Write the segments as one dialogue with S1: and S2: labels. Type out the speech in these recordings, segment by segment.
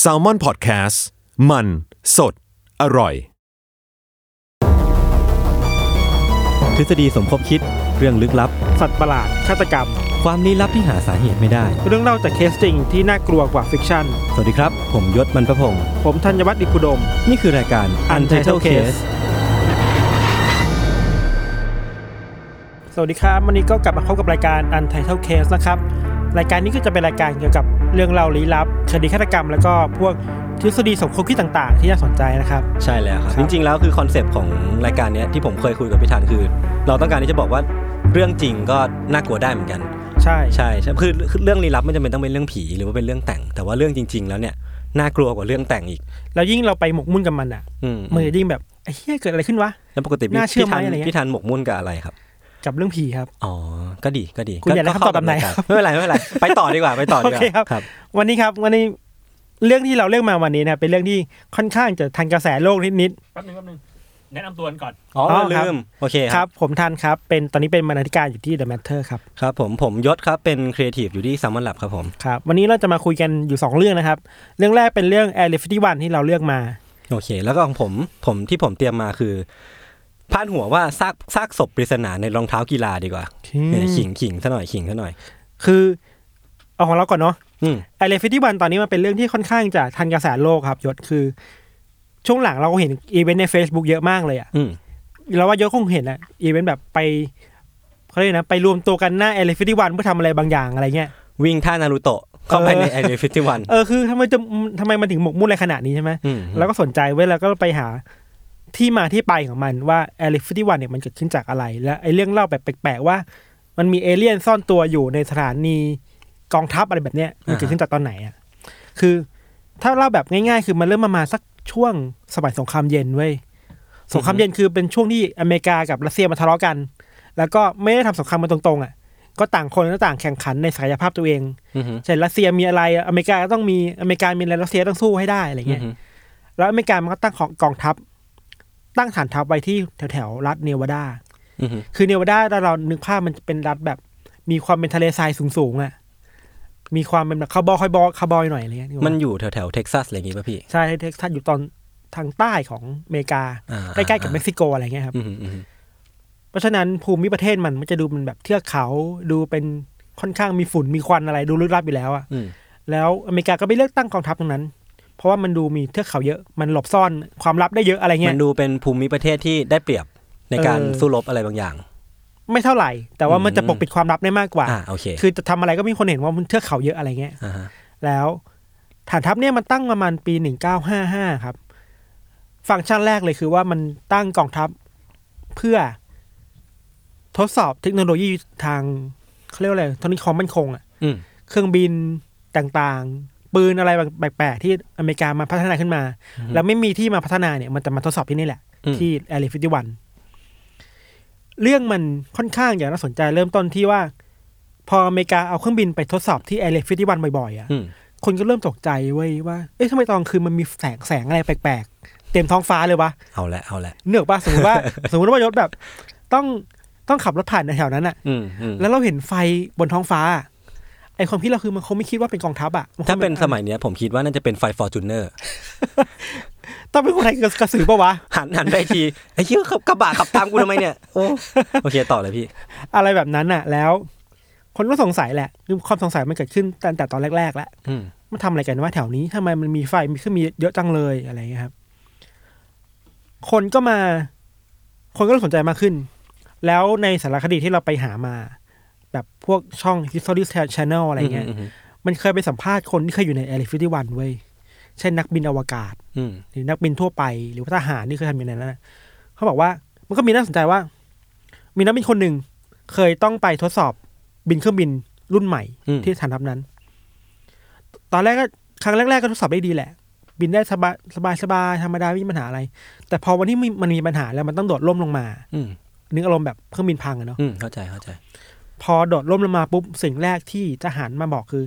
S1: แซลมอนพอดแคสต์มันสดอร่อย
S2: ทฤษฎีสมคบคิด เรื่องลึกลับ
S3: สัตว์ประหลาดฆาตกรรม
S2: ความลี้ลับที่หาสาเหตุไม่ได้
S3: เรื่องเล่าจากเคสจริงที่น่ากลัวกว่าฟิกชั่น
S2: สวัสดีครับ ผมยศมันประพงศ์
S3: ผมธัญวัฒน์อิพุดม
S2: นี่คือรายการ Untitled Case
S3: สวัสดีครับวันนี้ก็กลับมาพบกับรายการ Untitled Case นะครับ รายการนี้ก็จะเป็นรายการเกี่ยวกับเรื่องเล่าลี้ลับ คดีฆาตกรรม แล้วก็พวกทฤษฎีสมคบคิดต่างๆ ที่น่าสนใจนะครับ
S2: ใช่แล้วครับ
S3: ครั
S2: จ
S3: บ
S2: ริงๆ แล้วคือคอนเซปต์ของรายการเนี้ยที่ผมเคยคุยกับพี่ธันคือ เราต้องการที่จะบอกว่าเรื่องจริงก็น่ากลัวได้เหมือนกัน
S3: ใช่
S2: ใช่ใช่คือคือเรื่องลี้ลับไม่จำเป็นต้องเป็นเรื่องผีหรือว่าเป็นเรื่องแต่ง แต่ว่าเรื่องจริง ๆ แล้วเนี่ยน่ากลัวกว่าเรื่องแต่งอีก
S3: แล้วยิ่งเราไปหมกมุ่นกับมันอ่ะ
S2: อืม
S3: มันจะยิ่งแบบไอ้เหี้ยเกิดอะไรขึ้นวะ
S2: แล้วปกติพี่
S3: น่าเชื่อไหม
S2: พี่ธัน
S3: อะไรเงี้ย
S2: พี่ธันหมกมุ่นกับอะไรครับ
S3: กับเรื่องผีครับ
S2: อ๋อ ก็ดีก็ดี
S3: คุณอยากได้
S2: เข้
S3: คำตอบแบบไหน
S2: ายการ
S3: ครับ
S2: ไม่เป็นไรไม่เป็นไร ไปต่อดีกว่าไปต่อดีกว่า
S3: โอเคครับ วันนี้ครับวันนี้เรื่องที่เราเลือกมาวันนี้นะครับเป็นเรื่องที่ค่อนข้างจะทันกระแสโลกนิด
S4: แป๊บนึงแป๊บนึงแนะนำตัวกันก่อน
S2: อ๋อ
S3: อ๋อครับ
S2: ลืมโอเค
S3: ๆ
S2: ค
S3: ค
S2: รั
S3: รับ บ ผมทันครับ เป็นตอนนี้เป็นบรรณาธิการอยู่ที่ The Matter ครับ
S2: ครับผมผมยศครับเป็นครีเอทีฟอยู่ที่ซัมมอนแลบครับผม
S3: ครับวันนี้เราจะมาคุยกันอยู่ 2 เรื่องนะครับ เรื่องแรกเป็นเรื่อง Air 51ที่เราเลือกมา
S2: โอเค แล้วก็ของผมผมที่ผมเตรียมมาคือพาดหัวว่าซากซากศพปริศนาในรองเท้ากีฬาดีกว่าเนี่ยขิงขิงซะหน่อยขิงซะหน่อย
S3: คือเอาของเราก่อนเนาะ
S2: อืม
S3: Air 51ตอนนี้มันเป็นเรื่องที่ค่อนข้างจะทันกระแสโลกครับยศคือ ช่วงหลังเราก็เห็นอีเวนต์ใน Facebook เยอะมากเลยอะ
S2: อืม
S3: เราว่ายศคงเห็นแหละอีเวนต์แบบไปเขาเรียกนะไปรวมตัวกันหน้า Air 51เพื่อทำอะไรบางอย่างอะไรเงี้ย
S2: วิ่งท่านารูโตะเข้าไปใน
S3: เออ
S2: ไอเดฟิติวัน
S3: เออคือทำไมจะทำไมมันถึงหมกมุ่นอะไรขนาดนี้ใช่ไหมแล้วก็สนใจเว้ยแล้วก็ไปหาที่มาที่ไปของมันว่า Air 51เนี่ยมันเกิดขึ้นจากอะไร และไอ้เรื่องเล่าแบบแปลกๆว่า มันมีเอเลี่ยนซ่อนตัวอยู่ในสถานีกองทัพอะไรแบบเนี้ยมันเกิดขึ้นจากตอนไหนอ่ะคือถ้าเล่าแบบง่ายๆ คือมันเริ่มมามาสักช่วงสมัยสงครามเย็นเว้ยสงครามเย็นคือเป็นช่วงที่อเมริกากับรัสเซียมาทะเลาะกัน แล้วก็ไม่ได้ทำสงครามมาตรงๆอ่ะ ก็ต่างคนก็ต่างแข่งขันในศักยภาพตัวเอง เช่นรัสเซียมีอะไรอเมริกาก็ต้องมีอเมริกามีอะไรรัสเซียต้องสู้ให้ได้อะไรเงี้ยแล้วอเมริกามันก็ตั้งของกองทัพ ตั้งฐานทัพไว้ที่แถวแถวๆรัฐเนวาดา คือเนวาดาถ้าเรานึกภาพมันจะเป็นรัฐแบบ มีความเป็นทะเลทรายสูงๆอ่ะมีความเป็นแบบคาร์บอยคาร์บอยคาร์บอยหน่อยอะไรเงี้ย
S2: มันอยู่แถวแถวเท็กซัสอะไรอย่างงี้ป่ะพี่
S3: ใช่เท็กซัสอยู่ตอนทางใต้ของอเมริกา
S2: อ่า
S3: ใกล้ๆกับเม็กซิโกอะไรเงี้ยครับ
S2: อืมอืมอืม
S3: เพราะฉะนั้นภูมิประเทศมันมันจะดูเป็นแบบเทือกเขาดูเป็นค่อนข้างมีฝุ่นมีควันอะไรดูลึกลับอยู่แล้วอ่ะ
S2: อืม
S3: แล้วอเมริกาก็ไปเลือกตั้งกองทัพตรงนั้น เพราะว่ามันดูมีเทือกเขาเยอะ มันหลบซ่อนความลับได้เยอะอะไร
S2: มั
S3: เงี้ย
S2: นดูเป็นภูมิประเทศที่ได้เปรียบในการ
S3: เออ
S2: สู้รบอะไรบางอย่าง
S3: ไม่เท่าไหร่ แต่ว่ามันจะ
S2: อืม
S3: ปกปิดความลับได้มากกว่า
S2: อ่าโอเค
S3: คือจะทำอะไรก็มีคนเห็นว่ามันเทือกเขาเยอะอะไรเงี้ย
S2: อ่าฮะ
S3: แล้วฐานทัพเนี่ยมันตั้งประมาณปี 1955 ครับ ฟังก์ชันแรกเลยคือว่ามันตั้งกองทัพเพื่อทดสอบเทคโนโลยีทางเขาเรียกว่าอะไรทางนี้ความมั่นคงอะ
S2: อืม
S3: เครื่องบินต่างๆ ปืนอะไรแปลกๆ ที่อเมริกามาพัฒนาขึ้นมา แล้วไม่มีที่มาพัฒนาเนี่ยมันจะมาทดสอบที่นี่แหละ ที่แอลิฟิติวันเรื่องมันค่อนข้างอย่างน่าสนใจเริ่มต้นที่ว่า พออเมริกาเอาเครื่องบินไปทดสอบที่แอลิฟิติวันบ่อยๆอ่ะ
S2: อืม
S3: คนก็เริ่มตกใจเว้ยว่าเอ๊ะทำไมตอนกลางคืนมันมีแสงแสงอะไรแปลกๆ เต็มท้องฟ้าเลยวะ
S2: เอาละเอาละ
S3: เนือกปะสมมติว่า สมมติว่ายศแบบ ต้องต้องขับรถผ่านแถวๆนั้นอ่ะ
S2: อืมอืม
S3: แล้วเราเห็นไฟบนท้องฟ้า ไอความคิดเราคือมันคงไม่คิดว่าเป็นกองทัพอะมัคง
S2: ถ้าเป็นสมัยเนี้ยผมคิดว่าน่าจะเป็นไฟฟอร์จูเนอร์
S3: ต้องเป็นคนไทยกระสือปะวะ
S2: หันหันไปที ไอ้เหี้ยขับกระบะขับตามกูทำไมเนี่ย โอ้โอเคต่อเลยพี่
S3: อะไรแบบนั้นอะแล้ว คนก็สงสัยแหละคือความสงสัยมันเกิดขึ้นตั้งแต่ตอนแรกๆแล้ว
S2: อืม
S3: มันทำอะไรกันว่าแถวนี้ทำไมมันมีไฟมีเครื่องมีเยอะจังเลยอะไรอย่างเงี้ยครับ คนก็มา คนก็เริ่มสนใจมากขึ้น แล้วในสารคดีที่เราไปหามา แบบพวกช่อง History Channel อะไรเงี้ย
S2: อืมอืม
S3: มันเคยไปสัมภาษณ์คนที่เคยอยู่ใน Area 51เว้ยเช่นนักบินอวกาศ
S2: อืม
S3: หรือนักบินทั่วไปหรือว่าทหารที่เคยทำอย่างนั้นนะเขาบอกว่ามันก็มีน่าสนใจว่า มีนักบินคนหนึ่งเคยต้องไปทดสอบบินเครื่องบินรุ่นใหม่
S2: อืม
S3: ที่ฐานทัพนั้น ตอนแรกก็ครั้งแรก ๆ ก็ทดสอบได้ดีแหละ บินได้สบายสบายสบายธรรมดาไม่มีปัญหาอะไร แต่พอวันที่มีมันมีปัญหาแล้วมันต้องโดดล่มลงมา
S2: อืม
S3: นึกอารมณ์แบบเครื่องบินพังอะเนาะ
S2: อืมเข้าใจเข้าใจ
S3: พอโดดล่มลงมาปุ๊บสิ่งแรกที่ทหารมาบอกคือ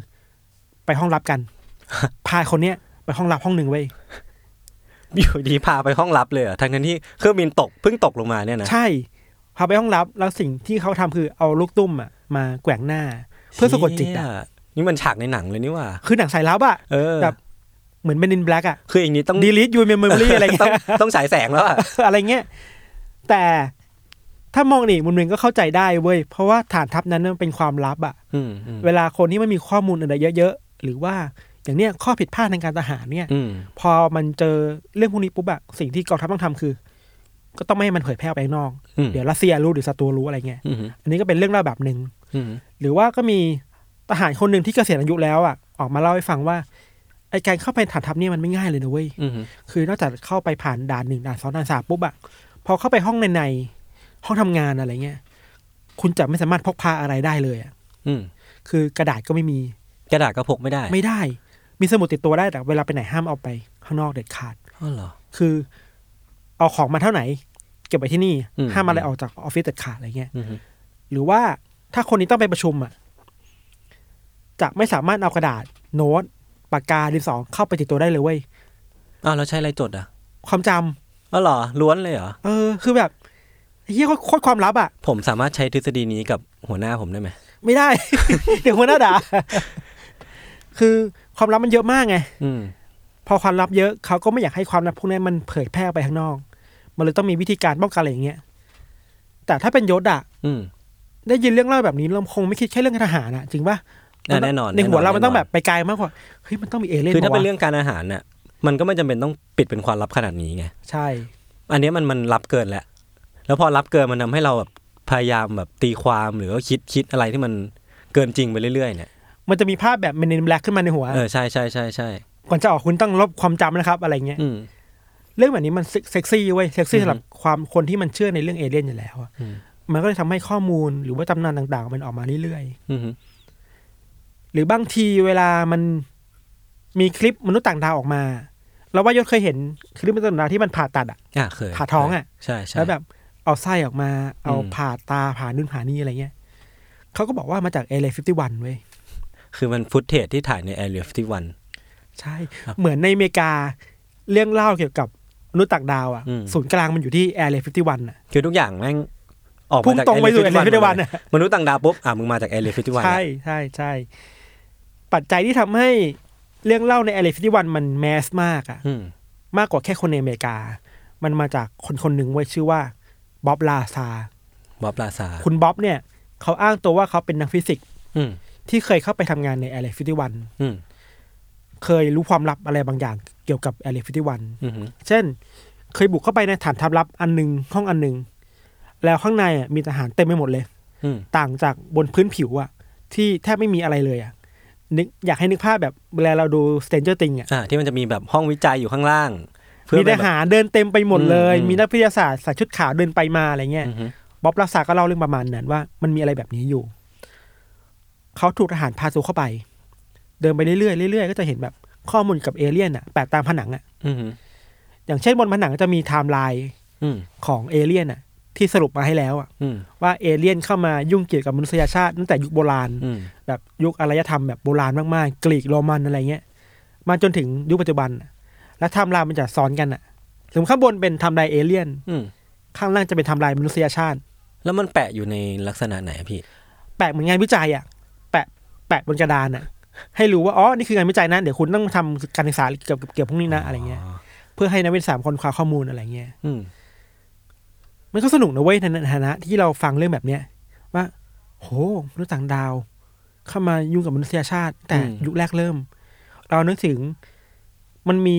S3: ไปห้องลับกัน พาคนเนี้ยไปห้องลับห้องหนึ่งไว้ย
S2: อยู่ดีพาไปห้องลับเลยเหรอทั้งนั้นที่เครื่องบินตกเพิ่งตกลงมาเนี่ยนะ
S3: ใช่ พาไปห้องลับแล้วสิ่งที่เขาทำคือเอาลูกตุ้มอ่ะมาแกว่งหน้า เพื่อสะกดจิตอ่ะ
S2: เชี่ยนี่มันฉากในหนังเลยนี่หว่า
S3: คือหนังสายลับอ่ะ
S2: เออ
S3: แบบ เหมือนเป็นดินแบล็กอ่ะ
S2: คืออย่างนี้ต้อง
S3: ดีลิทยูเมมโมรีอะไร
S2: ต้อ
S3: เงี้
S2: ง
S3: ย
S2: ต้องฉายแสงแล้วอะ
S3: อะไรเงี้ยแต่ถ้ามองอีกมุมหนึ่งก็เข้าใจได้เว้ย เพราะว่าฐานทัพนั้นมันเป็นความลับอ่ะ
S2: อืมอืม
S3: เวลาคนที่ไม่มีข้อมูลอะไรเยอะๆ หรือว่าอย่างเนี้ยข้อผิดพลาดทางการทหารเนี่ย
S2: อืม
S3: พอมันเจอเรื่องพวกนี้ปุ๊บอะสิ่งที่กองทัพต้องทำคือ ก็ต้องไม่ให้มันเผยแพร่ออกไปข้างนอก
S2: อืม
S3: เดี๋ยวรัสเซียรู้หรือศัตรูรู้อะไรเงี้ย
S2: อืม
S3: อันนี้ก็เป็นเรื่องเล่าแบบหนึ่ง
S2: อืม
S3: หรือว่าก็มีทหารคนหนึ่งที่เกษียณอายุแล้วอ่ะออกมาเล่าให้ฟังว่าไอการเข้าไปฐานทัพเนี่ยมันไม่ง่ายเลยนะเว้ย
S2: อืม
S3: คือนอกจากเข้าไปผ่านด่านหนึ่งด่านสองด่านสามปุ๊บอะพอเข้าไปห้องในในๆห้องทำงานอะไรเงี้ยคุณจะไม่สามารถพกพาอะไรได้เลยอะ
S2: อืม
S3: คือกระดาษก็ไม่มี
S2: กระดาษก็พกไม่ได้
S3: ไม่ได้ มีสมุดติดตัวได้แต่เวลาไปไหนห้ามเอาไปข้างนอกเด็ดขาด
S2: อ๋อเหรอ
S3: คือเอาของมาเท่าไหน เก็บไว้ที่นี่
S2: อืม
S3: ห้ามอะไรออกจากออฟฟิศเด็ดขาดอะไรเงี้ย
S2: อืม
S3: หรือว่าถ้าคนนี้ต้องไปประชุมอ่ะจะไม่สามารถเอากระดาษ โน้ตปากกาดินสอเข้าไปติดตัวได้เลยเว้ย
S2: อ้าวเราใช้อะไรจดอ่ะ
S3: ความจำ
S2: อ๋อเหรอล้วนเลยเหรอ
S3: เออ คือแบบไอ้เฮียโคตรความลับอ่ะ
S2: ผมสามารถใช้ทฤษฎีนี้กับหัวหน้าผมได้ไหม
S3: ไม่ได้ เดี๋ยวคนหน้าด่าคือความลับมันเยอะมากไง
S2: อืม
S3: พอความลับเยอะเขาก็ไม่อยากให้ความลับพวกนี้มันเผยแพร่ไปข้างนอก มันเลยต้องมีวิธีการป้องกันอะไรอย่างเงี้ยแต่ถ้าเป็นยศอ่ะ
S2: อืม
S3: ได้ยินเรื่องเล่าแบบนี้เราคงไม่คิดแค่เรื่องทหารอ่ะ จริงปะ
S2: อ่ะแน่นอน
S3: ในหัวเรา
S2: แ
S3: มันต้องแบบไปไกลมากกว่าเฮ้ยมันต้องมีเอเลี่ยน
S2: คือถ้าเป็น
S3: วะ
S2: เรื่องการอาหารน่ะมันก็ไม่จำเป็นต้องปิดเป็นความลับขนาดนี้ไง
S3: ใช่
S2: อันเนี้ยมันมันรับเกินแหละ แล้วพอรับเกินมันทำให้เราแบบพยายามแบบตีความหรือว่าคิดคิดอะไรที่มันเกินจริงไปเรื่อยๆเนี่ย
S3: มันจะมีภาพแบบเมนินแบล็กขึ้นมาในหัว
S2: เออใช่ใช่ใช่ใช่
S3: ก่อนจะออกคุณต้องลบความจำนะครับ อะไรเงี้ย
S2: อืม
S3: เรื่องแบบนี้มันเซ็กซี่เว้ย เซ็กซี่
S2: อือฮึ
S3: สำหรับความคนที่มันเชื่อในเรื่องเอเลี่ยนอยู่แล้วอะ
S2: อืม
S3: มันก็เลยทำให้ข้อมูลหรือว่าตำนานต่างๆ มันออกมาเรื่อย
S2: อืม
S3: ๆ หรือบางทีเวลามันมีคลิปมนุษย์ต่างดาวออกมา เราว่ายศเคยเห็นคลิปมนุษย์ต่างดาวที่มันผ่าตัดอะ
S2: อ่ะเคย
S3: ผ่าท้องอะ
S2: ใช่ใช่
S3: แล้วแบบเอาไส้ออกมา เอา
S2: อืม
S3: ผ่าตาผ่านู่นผ่านี่อะไรเงี้ยเขาก็บอกว่ามาจากเอเลฟิฟตี้วันเว้ย
S2: คือมันฟุตเทจที่ถ่ายในแอเรียที่วัน
S3: ใช่
S2: ครับ
S3: เหมือนในอเมริกาเรื่องเล่าเกี่ยวกับมนุษย์ต่างดาวอ่ะ
S2: อืม
S3: ศูนย์กลางมันอยู่ที่แอร์เลฟตี้วันอ่ะ
S2: คือทุกอย่างแม่งออก
S3: พุ่ง
S2: มาจาก
S3: ตรงไปสู่
S2: แอเรีย
S3: Area 51น่ะ
S2: มนุษย์ต่างดาวปุ๊บอ่ะมึงมาจากแอเรียที่วัน
S3: ใช่ใช่ใช่ ปัจจัยที่ทำให้เรื่องเล่าในแอร์เลฟตี้วันมันแมสมากอ่ะ
S2: อืม
S3: มากกว่าแค่คนในอเมริกา มันมาจากคนคนหนึ่งไว้ยชื่อว่าบ๊อบลาซา
S2: บอบลาซา
S3: คุณบ๊อบเนี่ย เขาอ้างตัวว่าเขาเป็นนักฟิสิกส์
S2: อืม
S3: ที่เคยเข้าไปทำงานในแอร์เลฟตี้วัน
S2: อืม
S3: เคยรู้ความลับอะไรบางอย่างเกี่ยวกับแอร์เลฟตี้วัน
S2: อืม
S3: เช่น เคยบุกเข้าไปในฐานทัพลับอันหนึ่งห้องอันหนึ่งแล้วข้างในอ่ะมีทหารเต็มไปหมดเลย
S2: อืม
S3: ต่างจากบนพื้นผิวอ่ะ ที่แทบไม่มีอะไรเลยอ่ะนึกอยากให้นึกภาพแบบเวลาเราดู Stranger Things อ่ะ
S2: อ่าที่มันจะมีแบบห้องวิจัยอยู่ข้างล่าง เพื่อ
S3: มีท
S2: แบบ
S3: หารเดินเต็มไปหมดเลย
S2: อืม
S3: มีนักวิทยาศาสตร์ใส่ชุดขาวเดินไปมาอะไรเงี้ย
S2: อืม
S3: บ๊อบรักษาก็เล่าเรื่องประมาณนั้นว่ามันมีอะไรแบบนี้อยู่ เขาถูกทหารพาตัวเข้าไป เดินไปเรื่อยๆเรื่อยๆก็จะเห็นแบบข้อมูลกับเอเลี่ยนอ่ะแปะตามผนังอ่ะ
S2: อืม
S3: อย่างเช่นบนผนังจะมีไทม์ไลน์
S2: อืม
S3: ของเอเลี่ยนอ่ะที่สรุปมาให้แล้วอ่ะ
S2: อืม
S3: ว่าเอเลี่ยนเข้ามายุ่งเกี่ยวกับมนุษยชาติตั้งแต่ยุคโบราณ
S2: อืม
S3: แบบยุคอารยธรรมแบบโบราณมากๆ กรีกโรมันอะไรเงี้ยมาจนถึงยุคปัจจุบันอะและไทม์ไลน์มันจะซ้อนกันอ่ะสมมติข้างบนเป็นไทม์ไลน์เอเลี่ยน
S2: อืม
S3: ข้างล่างจะเป็นไทม์ไลน์มนุษยชาติ
S2: แล้วมันแปะอยู่ในลักษณะไหนอะพี่
S3: แปะเหมือนงานวิจัยอ่ะแปะแปะบนกระดานอ่ะให้รู้ว่าอ๋อนี่คืองานวิจัยนะเดี๋ยวคุณต้องทำการศึกษาเกี่ยวกับเกี่ยวกับพวกนี้นะอะไรเงี้ยเพื่อให้นักวิทยาศาสตร์คนคว้าข้อมูลอะไรเงี้ย
S2: อืม
S3: มันก็สนุกนะเว้ยในฐานะที่เราฟังเรื่องแบบเนี้ยว่า โหมนุษย์ต่างดาว เข้ามายุ่งกับมนุษยชาติ แต่
S2: อืม
S3: ยุคแรกเริ่ม เรานึกถึงมันมี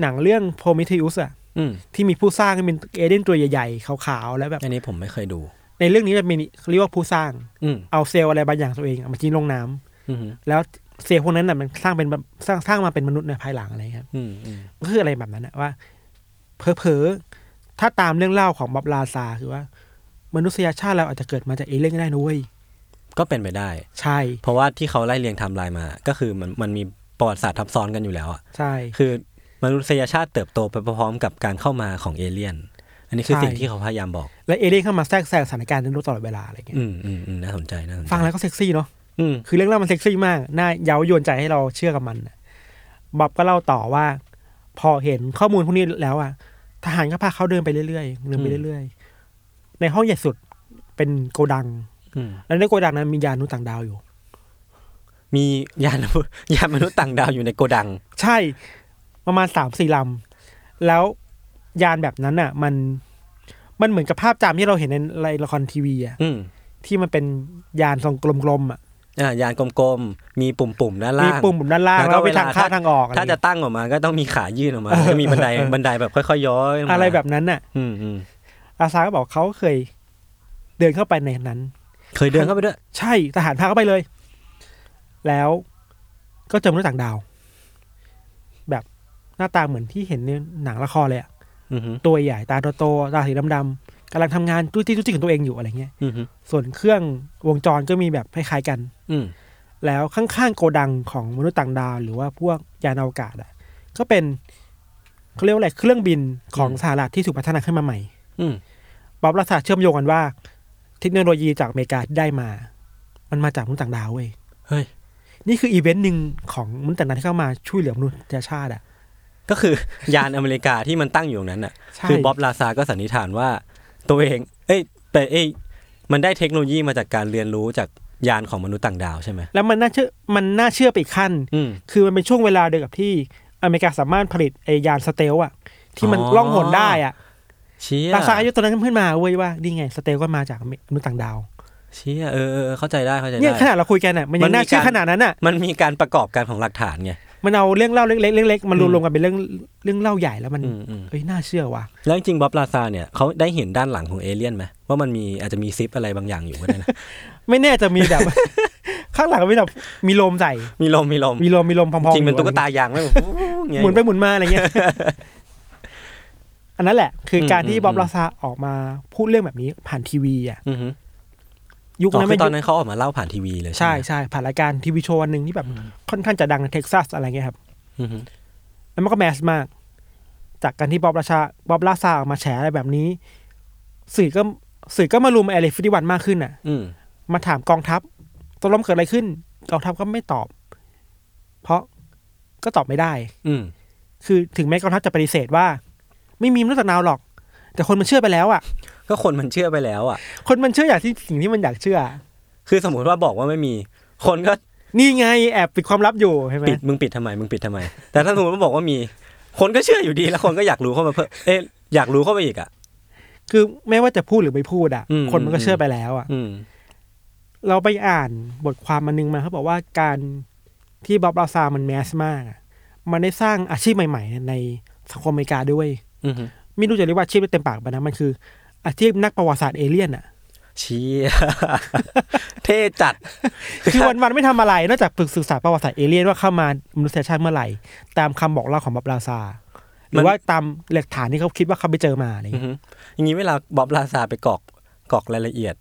S3: หนังเรื่องโพมิเท e อุสอะ
S2: อืม
S3: ที่มีผู้สร้างเป็นเอเดนตัวใหญ่ๆ ขาวๆ แล้วแบบ
S2: อันนี้ผมไม่เคยดู
S3: ในเรื่องนี้จะมีเขาเรียกว่าผู้สร้าง
S2: อืม
S3: เอาเซลล์อะไรบางอย่างตัวเองอะมาทิ้งลงน้ำ
S2: อืม
S3: แล้วเซลล์พวกนั้นน่ะมันสร้างเป็นแบบสร้างสร้างมาเป็นมนุษย์ในภายหลังอะไรครับ
S2: อืมอืม
S3: ก็คืออะไรแบบนั้นอะว่าเผลอๆ ถ้าตามเรื่องเล่าของบ๊อบลาซาคือว่า มนุษยชาติเราอาจจะเกิดมาจากเอเลี่ยนก็ได้นะเว้ย
S2: ก็เป็นไปได้
S3: ใช่
S2: เพราะว่าที่เขาไล่เรียงไทำลายมา ก็คือมันมันมีประวัติศาสตร์ทับซ้อนกันอยู่แล้วอ่ะ
S3: ใช่
S2: คือมนุษยชาติเติบโตไปพร้อมๆกับการเข้ามาของเอเลี่ยน อันนี้คือ
S3: ใช่
S2: สิ่งที่เขาพยายามบอก
S3: และเอเลี่ยนเข้ามาแทรกแซงสถานการณ์นั้นตลอดเวลาอะไรเงี้ย
S2: อืมอืมอืมน่าสนใจน่าสนใจ
S3: ฟังแล้วก็เซ็กซี่เนาะ
S2: อืม
S3: คือเรื่องเล่ามันเซ็กซี่มากน่าเย้ายวนใจให้เราเชื่อกับมันน่ะบ๊อบก็เล่าต่อว่า พอเห็นข้อมูลพวกนี้แล้วอ่ะทหารก็พาเขาเดินไปเรื่อยๆเดินไปเรื่อยๆในห้องใหญ่สุดเป็นโกดัง
S2: อืม
S3: แล้วในโกดังนั้นมียานุษย์ต่างดาวอยู่
S2: มียานยานมนุษย์ต่ างดาวอยู่ในโกดัง
S3: ใช่ประมาณสามสี่ลำ แล้วยานแบบนั้นอ่ะ มันมันเหมือนกับภาพจำที่เราเห็นในในละครทีวีอ่ะ
S2: อืม
S3: ที่มันเป็นยานทรงกลมๆอ่ะ
S2: อ่ายานกลมๆ มีปุ่มๆด้านล่าง
S3: มีปุ่มบนด้านล่าง
S2: แล้วก็
S3: แล้วไปทาง
S2: เวลา
S3: เข้า
S2: ถ้า
S3: ทางออก
S2: ถ้าจะตั้งออกมาก็ต้องมีขายื่น ออกมาแล้วมีบันไดบันไดแบบค่อยๆย้อยลงมา
S3: อะไรแบบนั้นน่ะ
S2: อืมอืม
S3: อาซาก็บอกเขาเคย เดินเข้าไปในนั้น
S2: เคยเดินเข้าไปด้วย
S3: ใช่ทหารพาเข้าไปเลย แล้วก็เจอมนุษย์ต่างดาว แบบหน้าตาเหมือนที่เห็นในหนังละครเลยอ่ะ
S2: อือหือ
S3: ตัวใหญ่ตาโตๆตาสีดำๆกำลังทำงานจุ้ยจี้จุ้ยจี้ของตัวเองอยู่อะไรเงี้ย
S2: อือหือ
S3: ส่วนเครื่องวงจรก็มีแบบคล้ายๆกัน
S2: อืม
S3: แล้วข้างๆโกดังของมนุษย์ต่างดาว หรือว่าพวกยานอวกาศอ่ะ ก็เป็นเขาเรียกว่าอะไรเครื่องบินของสหรัฐที่ถูกพัฒนาขึ้นมาใหม่
S2: อืม
S3: บ๊อบรัฐศาสตร์เชื่อมโยงกันว่า เทคโนโลยีจากอเมริกาที่ได้มา มันมาจากมนุษย์ต่างดาวเว้ย
S2: เฮ้ย
S3: นี่คืออีเวนต์หนึ่งของมนุษย์ต่างดาวที่เข้ามาช่วยเหลือมนุษยชาติอ่ะ
S2: ก็คือย านอเมริกาที่มันตั้งอยู่ตรงนั้นน่ะ
S3: ใช่
S2: คือบ๊อบลาซาก็สันนิษฐานว่า ตัวเอง เอ้ยไปเอ้ยมันได้เทคโนโลยีมาจากการเรียนรู้จากยานของมนุษย์ต่างดาวใช่ไหม
S3: แล้วมันน่าเชื่อมันน่าเชื่อไปอีกขั้น
S2: อืม
S3: คือมันเป็นช่วงเวลาเดียวกับที่อเมริกาสามารถผลิตไอยานสเตลล์อ่ะ ที่มัน
S2: อ๋อ
S3: ล่องหนได้อ่ะ
S2: เชี่ย
S3: ตาซาอายุตัวนั้นขึ้นมาเว้ยว่านี่ไงสเตลก็มาจากมนุษย์ต่างดาว
S2: เชี่ยเออเออเข้าใจได้เข้าใจ
S3: เนี่ย
S2: ได้
S3: ขนาดเราคุยกันอ่ะมัน
S2: มั
S3: ยัง
S2: นมี
S3: น่าเชื่อ
S2: การ
S3: ขนาดนั้นอ่ะ
S2: มันมีการประกอบกันของหลักฐานไง
S3: มันเอาเรื่องเล่าเล็กๆเล็กๆมัน
S2: อืม
S3: รวมๆกันเป็นเรื่องเรื่องเล่าใหญ่แล้วมัน
S2: อืมอืม
S3: เอ้ยน่าเชื่อว่ะ
S2: แล้วจริงๆบ๊อบลาซาเนี่ยเขาได้เห็นด้านหลังของเอเลี่ยนไหมว่ามันมีอาจจะมีซิปอะไรบางอย่างอยู่ก็ได้นะ
S3: ไม่แน่จะมีแบบ ข้างหลังมีแบบมีลมใส่
S2: มีลมมีลม
S3: มีลมมีลมพองๆ
S2: จริงๆมัน
S3: อยู่
S2: ตุ๊กตายางไม่แบบฟู้อย่าง
S3: อะไรเงี้
S2: เงี้ย
S3: ยหมุนไปหมุนมาอะไรเงี้ย อันนั้นแหละ คืออ
S2: ม
S3: การที่
S2: อืม
S3: บ๊อบ
S2: อืม
S3: ลาซาออกมาพูดเรื่องแบบนี้ผ่านทีวีอ่ะ
S2: อือหือ
S3: ยุค
S2: อ๋อ
S3: นั้น
S2: คื
S3: ไม่
S2: อตอนนั้นเขาออกมาเล่าผ่านทีวีเลยใช่
S3: ใช่
S2: ไหม
S3: ใช่ผ่านรายการทีวีโชว์อันหนึ่งที่แบบค่อนข้างจะดังในเท็กซัสอะไรเงี้ยครับ
S2: อือหือ
S3: แล้วมันก็แมสมาก จากการที่บ๊อบราชาบ๊อบลาซาออกมาแฉอะไรแบบนี้ สื่อก็สื่อก็มารุมแอลิฟติวันมากขึ้นน่ะ
S2: อืม
S3: มาถามกองทัพตกลงเกิดอะไรขึ้น กองทัพก็ไม่ตอบ เพราะก็ตอบไม่ได้
S2: อืม
S3: คือถึงแม้กองทัพจะปฏิเสธว่า ไม่มีมนุษย์ต่างดาวหรอก แต่คนมันเชื่อไปแล้วอ่ะ
S2: ก็คนมันเชื่อไปแล้วอ่ะ
S3: คนมันเชื่ออย่างที่สิ่งที่มันอยากเชื่อ
S2: คือสมมติว่าบอกว่าไม่มี คนก็
S3: นี่ไงแอบปิดความลับอยู่ใช่ไหม
S2: ปิดมึงปิดทำไมมึงปิดทำไม แต่ถ้าสมมติว่าบอกว่ามี คนก็เชื่ออยู่ดีแล้วคนก็อยากรู้เข้ามาเพิ่มเอ๊ะอยากรู้เข้าไปอีกอ่ะ
S3: คือแม้ว่าจะพูดหรือไม่พูดอ่ะ
S2: อืม
S3: คนมันก็เชื่อไปแล้วอ่ะ
S2: อืม
S3: เราไปอ่านบทความมันนึงมาเขาบอกว่าการที่บ๊อบลาซามันแมสมากอะมันได้สร้างอาชีพใหม่ ๆ ในสังคมอเมริกาด้วย
S2: อือหือ
S3: ไม่รู้จะเรียกว่าอาชีพได้เต็มปากปะนะมันคือ อาชีพนักประวัติศาสตร์เอเลี่ยนอะ
S2: เชี่ย เท่จัด
S3: คือวันๆไม่ทำอะไร นอกจากฝึกศึกษาประวัติศาสตร์เอเลี่ยนว่าเข้ามามนุษยชาติเมื่อไหร่ ตามคำบอกเล่าของบ๊อบลาซาหรือว่าตามหลักฐานที่เขาคิดว่าเขาไปเจอมาอะไรอย่าง
S2: อือย หื
S3: เงี้
S2: ออย่างนี้เวลาบ๊อบลาซาไปกรอกกรอกรายละเอียด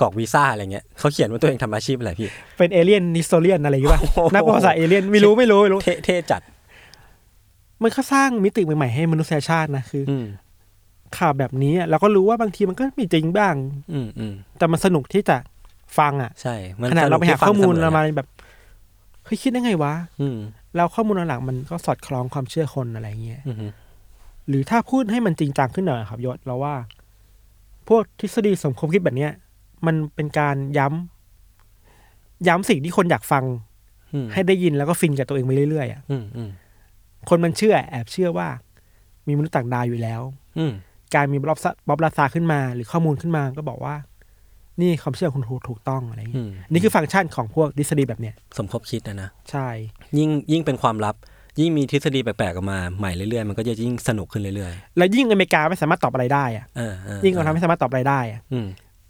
S2: กรอกวีซ่าอะไรเงี้ยเขาเขียนว่าตัวเองทำอาชีพอะไรพี่
S3: เป็นเอเลี่ยนนิสโตเลียนอะไรอย่างเงี้ยป่ะ
S2: โอ้โห
S3: นักประวัติศาสตร์เอเลี่ยนไม่รู้ไม่รู้ไม่รู้
S2: เท่เท่จัด
S3: มันก็สร้างมิติใหม่ๆให้มนุษยชาตินะคือ
S2: อืม
S3: ข่าวแบบนี้อะเราก็รู้ว่าบางทีมันก็ไม่จริงบ้าง
S2: อืมอืม
S3: แต่มันสนุกที่จะฟังอ่ะ
S2: ใช่มัน
S3: ขนาด
S2: ส
S3: เราไป
S2: ที่
S3: หาข้อมูล
S2: ฟังส
S3: เรามา
S2: นะ
S3: แบบเฮ้ยคิดได้ไงวะ
S2: อืม
S3: แล้วข้อมูลหลังๆมันก็สอดคล้องความเชื่อคนอะไรเงี้ย
S2: อือหือ
S3: หรือถ้าพูดให้มันจริงจังขึ้นหน่อยครับยศเราว่า พวกทฤษฎีสมคบคิดแบบเนี้ย มันเป็นการย้ำย้ำสิ่งที่คนอยากฟัง
S2: อืม
S3: ให้ได้ยินแล้วก็ฟินกับตัวเองไปเรื่อยๆอะ
S2: อืมอืม
S3: คนมันเชื่อแอบเชื่อว่า มีมนุษย์ต่างดาวอยู่แล้ว
S2: อืม
S3: การมีบ๊อบลาซาขึ้นมา หรือข้อมูลขึ้นมาก็บอกว่า นี่ความเชื่อคุณถูกถูกต้องอะไรอย่างเงี้ย
S2: อืม
S3: อันนี่คือฟังก์ชันของพวกทฤษฎีแบบเนี้ย
S2: สมคบคิดนะนะ
S3: ใช่
S2: ยิ่งยิ่งเป็นความลับ ยิ่งมีทฤษฎีแปลกๆออกมาใหม่เรื่อยๆ มันก็จะยิ่งสนุกขึ้นเรื่อย
S3: แล้วยิ่งอเมริกาไม่สามารถตอบอะไรได้อะ
S2: ๆอ่าๆ
S3: ยิ่งเราทำไม่สามารถตอบอะไรได้อะ
S2: อืม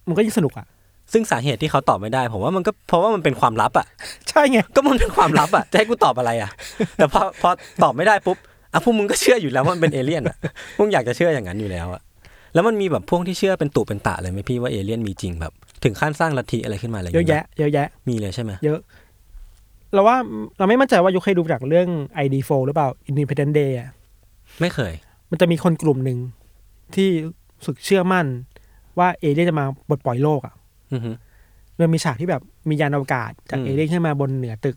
S3: มันก็ยิ่งสนุกอ่ะ
S2: ซึ่งสาเหตุที่เขาตอบไม่ได้ ผมว่ามันก็เพราะว่ามันเป็นความลับอ่ะ
S3: ใช่ไง
S2: ก็มันเป็นความลับอ่ะ จะให้กูตอบอะไรอ่ะ แต่พอพอตอบไม่ได้ปุ๊บอ่ะพวกมึงก็เชื่ออยู่แล้วว่ามันเป็นเอเลี่ยนอ่ะพวกอยากจะเชื่ออย่างนั้นอยู่แล้วอ่ะแล้วมันมีแบบพวกที่เชื่อเป็นตุเป็นตะเลยไหมพี่ว่าเอเลี่ยนมีจริงแบบ ถึงขั้นสร้างลัทธิอะไรขึ้นมาอะไร
S3: เยอะแยะ เยอะแยะ
S2: มีเลยใช่ไหม
S3: เยอะ เราว่าเราไม่มั่นใจว่ายุคเคยดูจากเรื่อง ID4 หรือเปล่า Independent Day อะ
S2: ไม่เคย
S3: มันจะมีคนกลุ่มหนึ่งที่รู้สึกเชื่อมั่นว่าเอเลี่ยนจะมาปลดปล่อยโลกอ่ะ
S2: อือฮึ
S3: มันมีฉากที่แบบมียานอวกาศจาก
S2: อืม
S3: เอเลี่ยนขึ้นมาบนเหนือตึก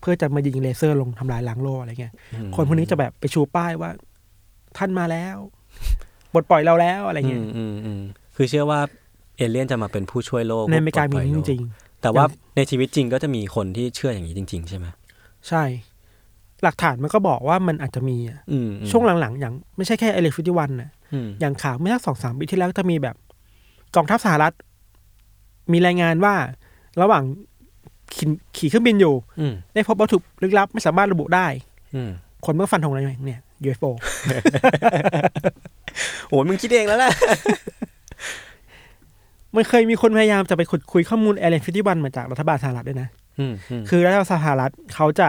S3: เพื่อจะมายิงเลเซอร์ลงทำลายล้างโลกอะไรเงี้ย คนพวกนี้จะแบบไปชูป้ายว่า ท่านมาแล้วปลดปล่อยเราแล้วอะไรเงี้
S2: อื
S3: ย
S2: มอืมอืมคือเชื่อว่าเอเลี่ยนจะมาเป็นผู้ช่วยโลก
S3: ในอเมริกามีจริง
S2: ๆแต่ว่า
S3: ยัง
S2: ในชีวิตจริงก็จะมีคนที่เชื่ออย่างนี้จริง ๆ ใช่ไหม
S3: ๆใช่ หลักฐานมันก็บอกว่ามันอาจจะมีอะ
S2: อืมอืม
S3: ช่วงหลังๆ อย่างไม่ใช่แค่เอเลฟิติวันนะ
S2: อืม
S3: อย่างข่าวเมื่อสักสองสามปีที่แล้วก็จะมีแบบ กองทัพสหรัฐ มีรายงานว่า ระหว่างขี่ขี่เครื่องบินอยู่
S2: อืม
S3: ได้พบวัตถุลึกลับไม่สามารถระบุได้
S2: อืม
S3: คนเมื่อฟันธงอะไรเนี่ย UFO
S2: โอ้ยมึงคิดเองแล้วแหละ
S3: มันเคยมีคนพยายามจะไปขุดคุยข้อมูล a อ r ์เรนฟิติบันมาจากรัฐบาลสหรัฐด้วยนะ
S2: อืมอืม
S3: คือรัฐบาลสหรัฐเขาจะ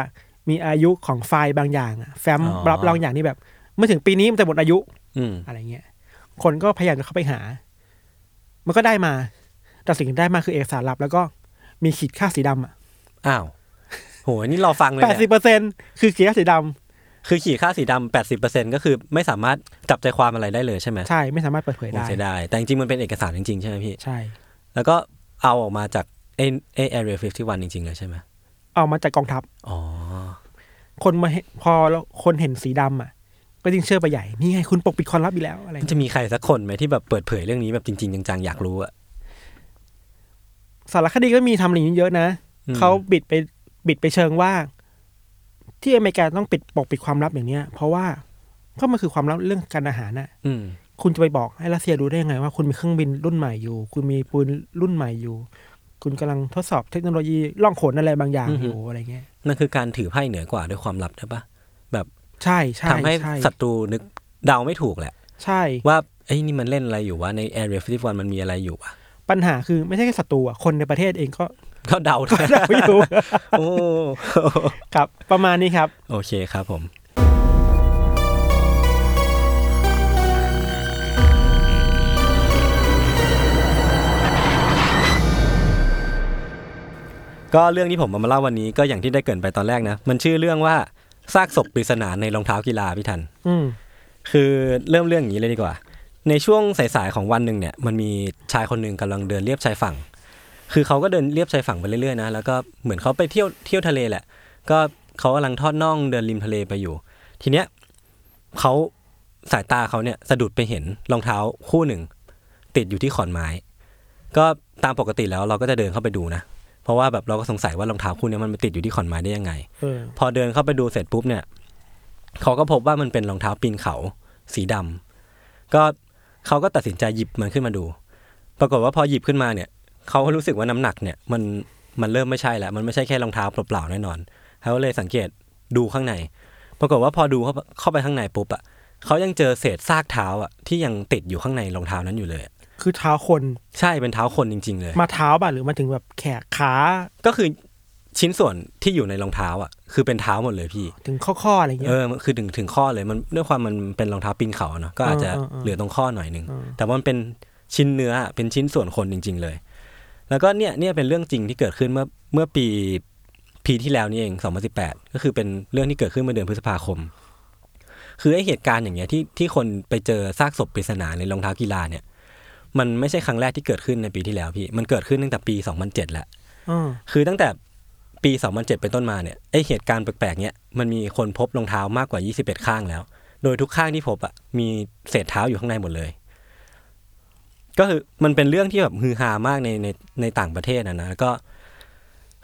S3: มีอายุของไฟล์บางอย่างอะแฟ้ม
S2: อ๋อ
S3: รับรองอย่างนี้แบบ เมื่อถึงปีนี้มันจะหมดอายุ
S2: อืม
S3: อะไรเงี้ย คนก็พยายามจะเข้าไปหา มันก็ได้มา แต่สิ่งที่ได้มาคือเอกสารลับ แล้วก็มีขีดค่าสีดำอะ
S2: อ้าว โห นี่เราฟังเลย
S3: แปดสิบ
S2: เนี่ย
S3: เปอร์เซ็นคือขีดค่าสีดำ
S2: คือขีดค่าสีดำแปดสิบเปอร์เซ็นก็คือไม่สามารถจับใจความอะไรได้เลยใช่ไหม
S3: ใช่ไม่สามารถเปิดเผย
S2: ผม
S3: ได้
S2: เสียดาย แต่จริงๆ มันเป็นเอกสารจริงๆ ใช่ไหมพี่
S3: ใช่
S2: แล้วก็เอาออกมาจากเอเอ Area 51 จริงๆ เลยใช่ไหม
S3: เอามาจากกองทัพ
S2: อ๋อ
S3: คนมาเห็นพอคนเห็นสีดำอ่ะ ก็ยิ่งเชื่อไปใหญ่นี่ไงคุณปกปิดความลับอีกแล้วอะไร
S2: มันจะมีใครสักคนไหมที่แบบเปิดเผยเรื่องนี้แบบจริงๆ จังๆ อยากรู้อะ
S3: สารคดีก็มีทำอะไรอย่างนี้เยอะนะ
S2: อืม
S3: เขาบิดไปบิดไปเชิงว่า ที่อเมริกาต้องปิดปกปิดความลับอย่างเนี้ย เพราะว่าก็มันคือความลับเรื่องการอาหารน่ะ
S2: อืม
S3: คุณจะไปบอกให้รัสเซียรู้ได้ยังไง ว่าคุณมีเครื่องบินรุ่นใหม่อยู่ คุณมีปืนรุ่นใหม่อยู่ คุณกำลังทดสอบเทคโนโลยีล่องขนอะไรบางอย่าง
S2: อือฮึ
S3: อยู่อะไรเงี้ย
S2: นั่นคือการถือไพ่เหนือกว่าด้วยความลับใช่ปะแบบ
S3: ใช่ใช่
S2: ทำให้
S3: ใช่
S2: ศัตรูนึกเดาไม่ถูกแหละ
S3: ใช่
S2: ว่าไอ้ยนี่มันเล่นอะไรอยู่วะใน Area 51 มันมีอะไรอยู่วะ
S3: ปัญหาคือไม่ใช่แค่ศัตรูอ่ะคนในประเทศเองก็
S2: ก็เดา
S3: ก็เดาอยู่
S2: โอ้
S3: ครับประมาณนี้ครับ
S2: โอเคครับผม ก็เรื่องที่ผมเอามาเล่าวันนี้ก็อย่างที่ได้เกรินไปตอนแรกนะ มันชื่อเรื่องว่าซากศพปริศนาในรองเท้ากีฬาพี่ทัน
S3: อืม
S2: คือเริ่มเรื่องอย่างนี้เลยดีกว่า ในช่วงสายๆของวันหนึ่งเนี่ย มันมีชายคนหนึ่งกำลังเดินเลียบชายฝั่ง คือเขาก็เดินเลียบชายฝั่งไปเรื่อยๆนะ แล้วก็เหมือนเขาไปเที่ยวเที่ยวทะเลแหละ ก็เขากำลังทอดน่องเดินริมทะเลไปอยู่ ทีเนี้ยเขาสายตาเขาเนี่ยสะดุดไปเห็นรองเท้าคู่หนึ่ง ติดอยู่ที่ขอนไม้ ก็ตามปกติแล้วเราก็จะเดินเข้าไปดูนะ เพราะว่าแบบเราก็สงสัยว่ารองเท้าคู่เนี้ยมันไปติดอยู่ที่ขอนไม้ได้ยังไง
S3: เออ
S2: พอเดินเข้าไปดูเสร็จปุ๊บเนี่ยเขาก็พบว่ามันเป็นรองเท้าปีนเขา สีดำก็เขาก็ตัดสินใจหยิบมันขึ้นมาดู ปรากฏว่าพอหยิบขึ้นมาเนี่ยเขาก็รู้สึกว่าน้ำหนักเนี่ย มันมันเริ่มไม่ใช่แล้วมันไม่ใช่แค่รองเท้าเปล่าๆแน่นอนเขาก็เลยสังเกตดูข้างใน ปรากฏว่าพอดูเข้าเข้าไปข้างในปุ๊บอ่ะเขายังเจอเศษซากเท้าอ่ะที่ยังติดอยู่ข้างในรองเท้านั้นอยู่เลยอะ
S3: คือเท้าคน
S2: ใช่เป็นเท้าคนจริง ๆ เลย
S3: มาเท้าบ่ะหรือมาถึงแบบแขกขา
S2: ก็คือชิ้นส่วนที่อยู่ในรองเท้าอ่ะคือเป็นเท้าหมดเลยพี่
S3: ถึงข้อๆอะไรเงี้
S2: เอย อมันคือถึงถึงข้อเลยมันด้วยความมันเป็นรองเท้าปีนเขาอะเนาะก็อาจจะ
S3: อ่าอ่า
S2: เหลือตรงข้อหน่อยหนึ่งแต่ว่ามันเป็นชิ้นเนื้อเป็นชิ้นส่วนคนจริง ๆ เลย แล้วก็เนี่ยเนี่ยเป็นเรื่องจริงที่เกิดขึ้นเมื่อเมื่อปีปีที่แล้วนี่เอง 2018 ก็คือเป็นเรื่องที่เกิดขึ้นเมื่อเดือนพฤษภาคม คือไอเหตุการณ์อย่างเงี้ยที่ที่คนไปเจอซากศพปริศนาในรองเท้ากีฬาเนี่ย มันไม่ใช่ครั้งแรกที่เกิดขึ้นในปีที่แล้วพี่มันเกิดขึ้นตั้งแต่ปี 2007แหละ
S3: ออ
S2: คือตั้งแต่ปี 2007 เป็นต้นมาเนี่ยไอเหตุการณ์แปลกๆเนี่ยมันมีคนพบรองเท้ามากกว่า 21 ข้างแล้ว โดยทุกข้างที่พบอ่ะมีเศษเท้าอยู่ข้างในหมดเลย ก็คือมันเป็นเรื่องที่แบบฮือฮามากในในในต่างประเทศนะนะแล้วก็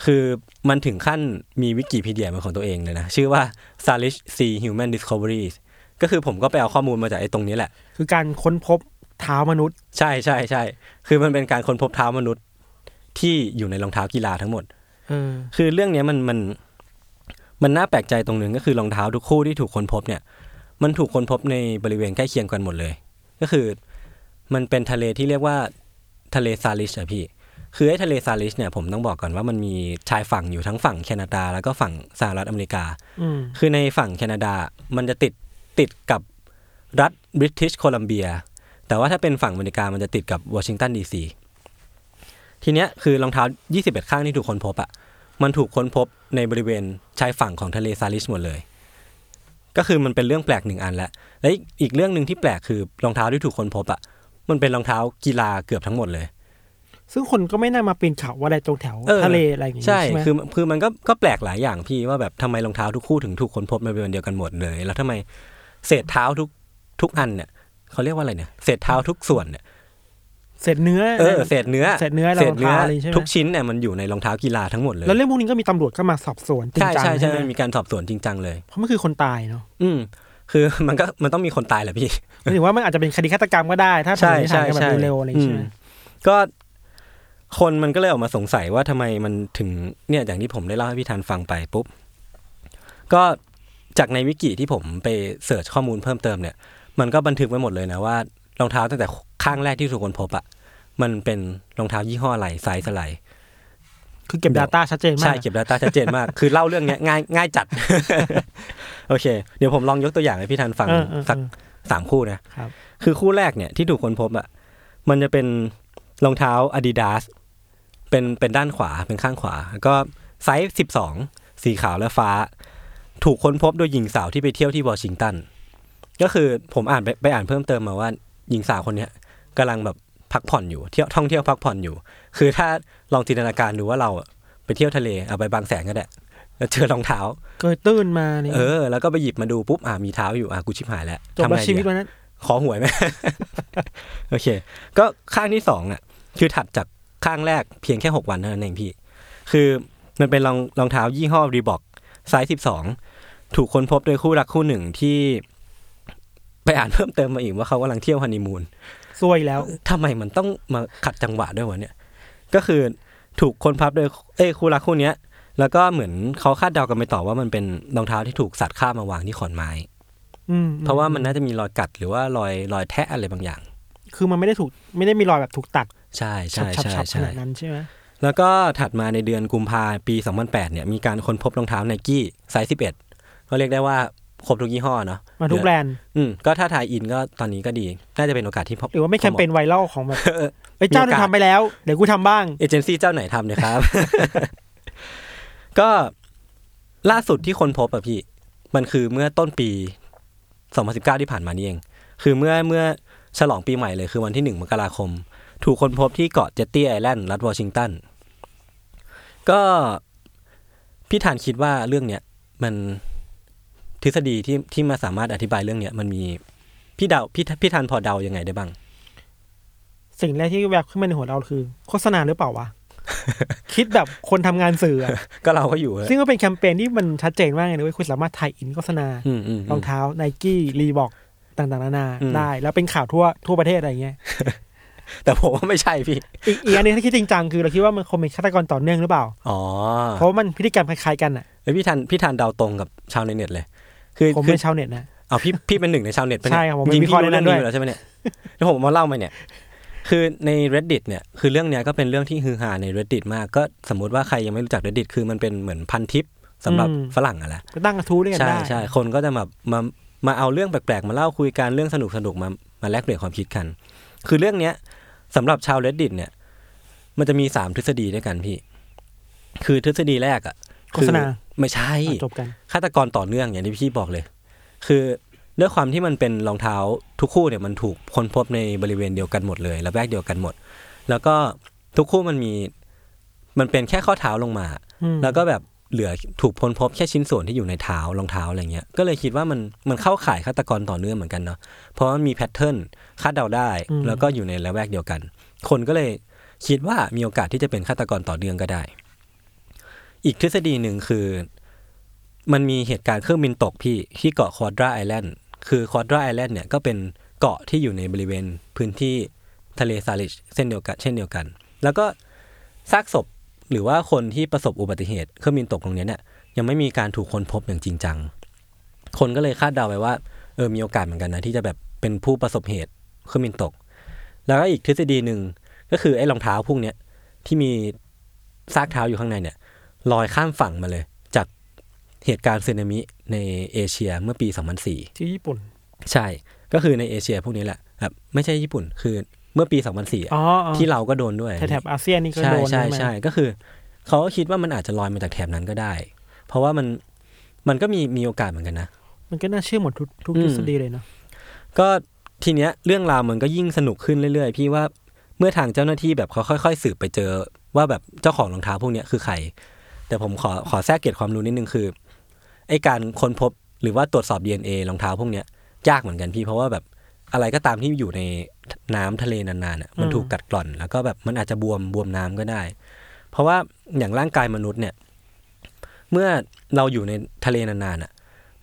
S2: คือมันถึงขั้นมีวิกิพีเดียเป็นของตัวเองเลยนะ ชื่อว่า s a l i s C Human Discoveries ก็คือผมก็ไปเอาข้อมูลมาจากไอ้ตรงนี้แหละ
S3: คือการค้นพบเท้ามนุษย์
S2: ใช่ใช่ใช่ คือมันเป็นการค้นพบเท้ามนุษย์ ที่อยู่ในรองเท้ากีฬาทั้งหมด
S3: เออ
S2: คือเรื่องเนี้ยมันมันมันน่าแปลกใจตรงหนึ่งก็คือรองเท้าทุกคู่ที่ถูกค้นพบเนี่ย มันถูกค้นพบในบริเวณใกล้เคียงกันหมดเลย ก็คือมันเป็นทะเลที่เรียกว่าทะเลซาลิชอะพี่ คือไอ้ทะเลซาลิชเนี่ยผมต้องบอกก่อนว่ามันมีชายฝั่งอยู่ทั้งฝั่งแคนาดา แล้วก็ฝั่งสหรัฐอเมริกา
S3: อืม
S2: คือในฝั่งแคนาดา มันจะติดติดกับรัฐบริติชโคลัมเบีย แต่ว่าถ้าเป็นฝั่งอเมริกา มันจะติดกับวอชิงตันดีซีทีเนี้ยคือรองเท้า 21 ข้างที่ถูกค้นพบอะมันถูกค้นพบในบริเวณชายฝั่งของทะเลซาลิชหมดเลย ก็คือมันเป็นเรื่องแปลกหนึ่งอันละและอีกอีกเรื่องหนึ่งที่แปลกคือรองเท้าที่ถูกค้นพบอะมันเป็นรองเท้ากีฬาเกือบทั้งหมดเลย
S3: ซึ่งคนก็ไม่น่ามาปีนเขาอะไรตรงแถว
S2: เออ
S3: ทะเลอะไรอย่างงี้
S2: ใช่
S3: ใช่ไหม
S2: คือคือมันก็ก็แปลกหลายอย่างพี่ว่าแบบทำไมรองเท้าทุกคู่ถึงถูกค้นพบมาเป็นวันเดียวกันหมดเลย แล้วทำไมเศษเท้าทุกทุกอันเนี่ยเขาเรียกว่าอะไรเนี่ยเศษเท้าทุกส่วนเนี่ย
S3: เศษเนื้อ
S2: เออเศษเนื้อ
S3: เศษเนื้อ
S2: เศษเนื้อ
S3: รองเท้าอะไรใช่ไหม
S2: ทุกชิ้นเนี่ยมันอยู่ในรองเท้ากีฬาทั้งหมดเลย
S3: แล้วเรื่องพวกนี้ก็มีตำรวจก็มาสอบสวนจริง
S2: ใช่
S3: จัง
S2: ใช่ใช่
S3: ไหม
S2: มันมีการสอบสวนจริงจังเลย
S3: เพราะมันคือคนตายเนาะ
S2: อืมคือ มันก็มันต้องมีคนตายแหละพี่
S3: หมายถึงว่ามันอาจจะเป็นคดีฆาตกรรมก็ได้ ถ้าเป็น
S2: ใช่
S3: ในทางการแบบเร็วๆอะไรอย่างงี้ใช่ไหม
S2: มก็คนมันก็เลยออกมาสงสัยว่าทำไมมันถึงเนี่ยอย่างที่ผมได้เล่าให้พี่ธันฟังไปปุ๊บ ก็จากในวิกิที่ผมไปเสิร์ชข้อมูลเพิ่มเติมเนี่ย มันก็บันทึกไว้หมดเลยนะว่ารองเท้าตั้งแต่ข้างแรกที่ถูกคนพบอะมันเป็นรองเท้ายี่ห้ออะไรไซส์อะไร
S3: คือเก็บ Data ชัดเจนมาก
S2: ใช่เก็บ Data ชัดเจนมาก คือเล่าเรื่องเนี้ยง่ายง่ายจัด โอเค เดี๋ยวผมลองยกตัวอย่างให้พี่ธันฟัง
S3: เออเออ
S2: สัก
S3: เออ
S2: สามคู่นะ
S3: ครับ
S2: คือคู่แรกเนี่ยที่ถูกค้นพบอ่ะมันจะเป็นรองเท้า Adidas เป็นเป็นด้านขวาเป็นข้างขวา แล้วก็ไซส์12 สีขาวและฟ้า ถูกค้นพบโดยหญิงสาวที่ไปเที่ยวที่วอชิงตัน ก็คือผมอ่านไปไปอ่านเพิ่มเติมมาว่าหญิงสาวคนเนี้ยกำลังแบบพักผ่อนอยู่เที่ยวท่องเที่ยวพักผ่อนอยู่ คือถ้าลองจินตนาการดูว่าเราอะไปเที่ยวทะเลเอาไปบางแสนก็ได้แล้วเจอรองเท้า
S3: เกยตื้นมาเนี่ย
S2: เออ แล้วก็ไปหยิบมาดูปุ๊บอ่ามีเท้าอยู่อ่ากูชิบหายแล้ว
S3: จบ
S2: ทำไง
S3: แล้ว
S2: ดีอะ
S3: ชีวิตวันนั้น
S2: ขอหวยไหม โอเค ก็ข้างที่สองอ่ะ คือถัดจากข้างแรกเพียงแค่หกวันเท่านั้นเองพี่ คือมันเป็นรองรองเท้ายี่ห้อรีบอกไซส์สิบสองถูกค้นพบโดยคู่รักคู่หนึ่งที่ ไปอ่านเพิ่มเติมมาอีกว่าเขากำลังเที่ยวฮันนีมูน
S3: ซวยแล้ว
S2: ทำไมมันต้องมาขัดจังหวะด้วยวะเนี่ย ก็คือถูกคนพับโดยเอ้ยคู่รักคู่เนี้ย แล้วก็เหมือนเขาคาดเดากันไปต่อว่ามันเป็นรองเท้าที่ถูกสัตว์ข้ามมาวางที่ขอนไม้
S3: อืม
S2: เพราะว่ามันน่าจะมีรอยกัดหรือว่ารอยรอยแทะอะไรบางอย่าง
S3: คือมันไม่ได้ถูกไม่ได้มีรอยแบบถูกตัด
S2: ใช่ใช่
S3: ฉับ
S2: ใช่
S3: ๆๆข
S2: ใช่
S3: นาดนั้นใช่ไหม
S2: แล้วก็ถัดมาในเดือนกุมภาปี 2008 เนี่ยมีการค้นพบรองเท้าไนกี้ไซส์ 11 ก็เรียกได้ว่าครบทุกยี่ห้อเนาะ
S3: มาทุกแบรนด์
S2: อืมก็ถ้าทายอินก็ตอนนี้ก็ดี น่าจะเป็นโอกาสที่พบ
S3: หรือว่าไม่แคมเปญไวรัลของแบบ
S2: เออ
S3: เอ้ยเจ้าหนึ
S2: มี
S3: ง
S2: โอกาส
S3: ทำไปแล้วเดี๋ยวกูทำบ้าง
S2: เอเจนซี่เจ้าไหนทำเนี่ยครับ ก็ล่าสุดที่คนพบอะพี่ มันคือเมื่อต้นปี 2019 ที่ผ่านมานี่เอง คือเมื่อเมื่อฉลองปีใหม่เลยคือวันที่ 1 มกราคม ถูกคนพบที่เกาะเจตตี้ไอแลนด์รัฐวอชิงตัน ก็พี่ฐานคิดว่าเรื่องเนี้ยมันทฤษฎีที่ที่มาสามารถอธิบายเรื่องเนี้ยมันมีพี่เดาพี่พี่ทานพอเดายังไงได้บ้าง
S3: สิ่งแรกที่แวบขึ้นมาในหัวเราคือ โฆษณาหรือเป ล่าวะ คิดแบบคนทำงานสื่ออะ
S2: ก็เราก็อยู่อะ
S3: ซึ่งก็เป็นแคมเปญที่มันชัดเจนมากเลยนะเว้ยคุณสามารถถ่ายอินโฆษณา
S2: อืมอืม
S3: ร
S2: อื
S3: อง
S2: ม
S3: เท้าไนกี้รีบอกต่างๆนานา
S2: อืม
S3: ได้ แล้วเป็นข่าวทั่วทั่วประเทศอะไรเงี้ย
S2: แต่ผมว่าไม่ใช่พี่
S3: อีกอีกอันหนึงถ้าคิดจริงจังคือเราคิดว่ามันคงเป็นฆาตกรต่อเนื่องหรือเปล่า
S2: อ๋อ
S3: เพราะว่ามันพฤติกรรมคล้ายๆกันอ่ะ
S2: เอ้ยพี่ทันพี่ทันเดาตรงกับชาวในเน็ตเลย คือ
S3: ผม
S2: คื
S3: เป็นชาวเน็ตนะ
S2: เอาพี่พี่เป็นหนึ่งในชาวเน็ตปะเนี่ย
S3: ใช่ครับผมเป็น
S2: จริง
S3: วิ
S2: พี่
S3: เคราะห์
S2: รู้เรื่อง
S3: ในนั้
S2: นี้อ
S3: นด้วย
S2: ยู่แล้วใช่ไหมเนี่ยแล้วผมเอามาเล่ามาเนี่ย คือใน reddit เนี่ยคือเรื่องเนี้ยก็เป็นเรื่องที่ฮือฮาใน reddit มากก็สมมุติว่าใครยังไม่รู้จัก reddit คือมันเป็นเหมือนพันทิปสำหรับฝรั่งอะแหละ
S3: ก็ตั้งกระทู้ด้วยกัน
S2: ใช่
S3: ได้
S2: ใช่คนก็จะมามามาเอาเรื่องแปลกๆ มาเล่าคุยกันเรื่องสนุกสนุกๆมามาแลกเปลี่ยนความคิดกัน คือเรื่องเนี้ยสำหรับชาว reddit เนี่ย มันจะมีสามทฤษฎีด้วยกันพี่ คือทฤษฎีแรกอ่ะ
S3: โฆษณา
S2: คือไม่ใช่
S3: อ่ะจบกัน
S2: ฆาตกรต่อเนื่องอย่างที่พี่บอกเลย คือด้วยความที่มันเป็นรองเท้าทุกคู่เนี่ยมันถูกค้นพบในบริเวณเดียวกันหมดเลยและแวกเดียวกันหมด แล้วก็ทุกคู่มันมีมันเป็นแค่ข้อเท้าลงมา
S3: อืม
S2: แล้วก็แบบเหลือถูกค้นพบแค่ชิ้นส่วนที่อยู่ในเท้ารองเท้าอะไรเงี้ยก็เลยคิดว่ามันมันเข้าข่ายฆาตกรต่อเนื่องเหมือนกันเนาะเพราะมันมีแพทเทิร์นคาดเดาได้ แล้วก็อยู่ในละแวกเดียวกัน คนก็เลยคิดว่ามีโอกาสที่จะเป็นฆาตกรต่อเนื่องก็ได้ อีกทฤษฎีหนึ่งคือ มันมีเหตุการณ์เครื่องบินตกพี่ที่เกาะคอดราไอแลนด์ คือคอดราไอแลนด์เนี่ยก็เป็นเกาะที่อยู่ในบริเวณพื้นที่ทะเลซาลิชเส้นเดียวกัน เช่นเดียวกัน แล้วก็ ซากศพหรือว่าคนที่ประสบอุบัติเหตุเครื่องบินตกตรงเนี้ยเนี่ยยังไม่มีการถูกค้นพบอย่างจริงจัง คนก็เลยคาดเดาไปว่าเออมีโอกาสเหมือนกันนะที่จะแบบเป็นผู้ประสบเหตุเครื่องบินตก แล้วก็อีกทฤษฎีหนึ่งก็คือไอ้รองเท้าพวกเนี้ยที่มีซากเท้าอยู่ข้างในเนี่ยลอยข้ามฝั่งมาเลย จากเหตุการณ์สึนามิในเอเชียเมื่อปี 2004
S3: ที่ญี่ปุ่น
S2: ใช่ ก็คือในเอเชียพวกนี้แหละแบบไม่ใช่ญี่ปุ่น คือเมื่อปี 2004
S3: อ๋
S2: อะ
S3: ออ๋อ
S2: ที่เราก็โดนด้วย
S3: แถบๆอาเซียนนี่ก็
S2: ใช่
S3: โดน
S2: ใช่
S3: ไหม
S2: ใช่ ก็คือ เขาก็คิดว่ามันอาจจะลอยมาจากแถบนั้นก็ได้ เพราะว่ามันมันก็มีมีโอกาสเหมือนกันนะ
S3: มันก็น่าเชื่อหมดทุกทุก
S2: อืม
S3: ทฤษฎีเลยเนาะ
S2: ก็ทีเนี้ยเรื่องราวมันก็ยิ่งสนุกขึ้นเรื่อยๆ พี่ว่าเมื่อทางเจ้าหน้าที่แบบเขาค่อยๆสืบไปเจอว่าแบบเจ้าของรองเท้าพวกเนี้ยคือใคร แต่ผมขอขอแทรกเกร็ดความรู้นิดนึงคือไอการค้นพบหรือว่าตรวจสอบ DNA รองเท้าพวกเนี้ยยากเหมือนกันพี่เพราะว่าแบบอะไรก็ตามที่อยู่ในน้ำทะเลนานๆน่ะมันถูกกัดกร่อน แล้วก็แบบมันอาจจะบวมบวมน้ำก็ได้ เพราะว่าอย่างร่างกายมนุษย์เนี่ย เมื่อเราอยู่ในทะเลนานๆอ่ะ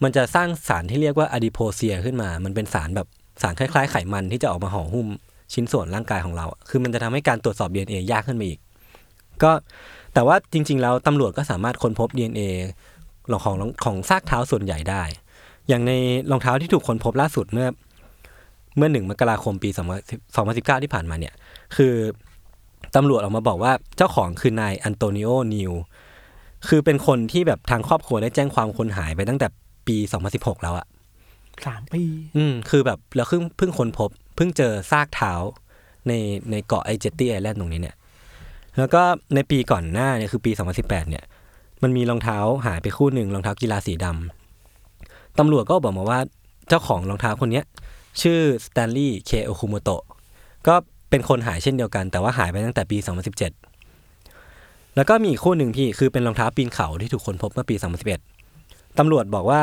S2: มันจะสร้างสารที่เรียกว่าอะดิโพเซียขึ้นมา มันเป็นสารแบบสารคล้ายๆไขมันที่จะออกมาห่อหุ้มชิ้นส่วนร่างกายของเราอะคือมันจะทำให้การตรวจสอบ DNA ยากขึ้นมาอีก ก็แต่ว่าจริง ๆ แล้วตำรวจก็สามารถค้นพบ DNA ของของของซากเท้าส่วนใหญ่ได้ อย่างในรองเท้าที่ถูกค้นพบล่าสุดเมื่อ เมื่อหนึ่งมกราคมปี2019 ที่ผ่านมาเนี่ย คือตำรวจออกมาบอกว่าเจ้าของคือนายอันโตนิโอนิว คือเป็นคนที่แบบทางครอบครัวได้แจ้งความคนหายไปตั้งแต่ปี 2016 แล้วอะ
S3: สามปี
S2: อืม คือแบบแล้วเพิ่งเพิ่งค้นพบ เพิ่งเจอซากเท้าในในเกาะไอเจตตี้ไอแลนด์ตรงนี้เนี่ย แล้วก็ในปีก่อนหน้าเนี่ยคือปี 2018 เนี่ย มันมีรองเท้าหายไปคู่หนึ่งรองเท้ากีฬาสีดำตำรวจก็บอกมาว่าเจ้าของรองเท้าคนเนี้ย ชื่อสแตนลีย์เคโอคุโมโตะก็เป็นคนหายเช่นเดียวกัน แต่ว่าหายไปตั้งแต่ปี 2017 แล้วก็มีอีกคู่หนึ่งพี่คือเป็นรองเท้าปีนเขาที่ถูกค้นพบเมื่อปี 2011 ตำรวจบอกว่า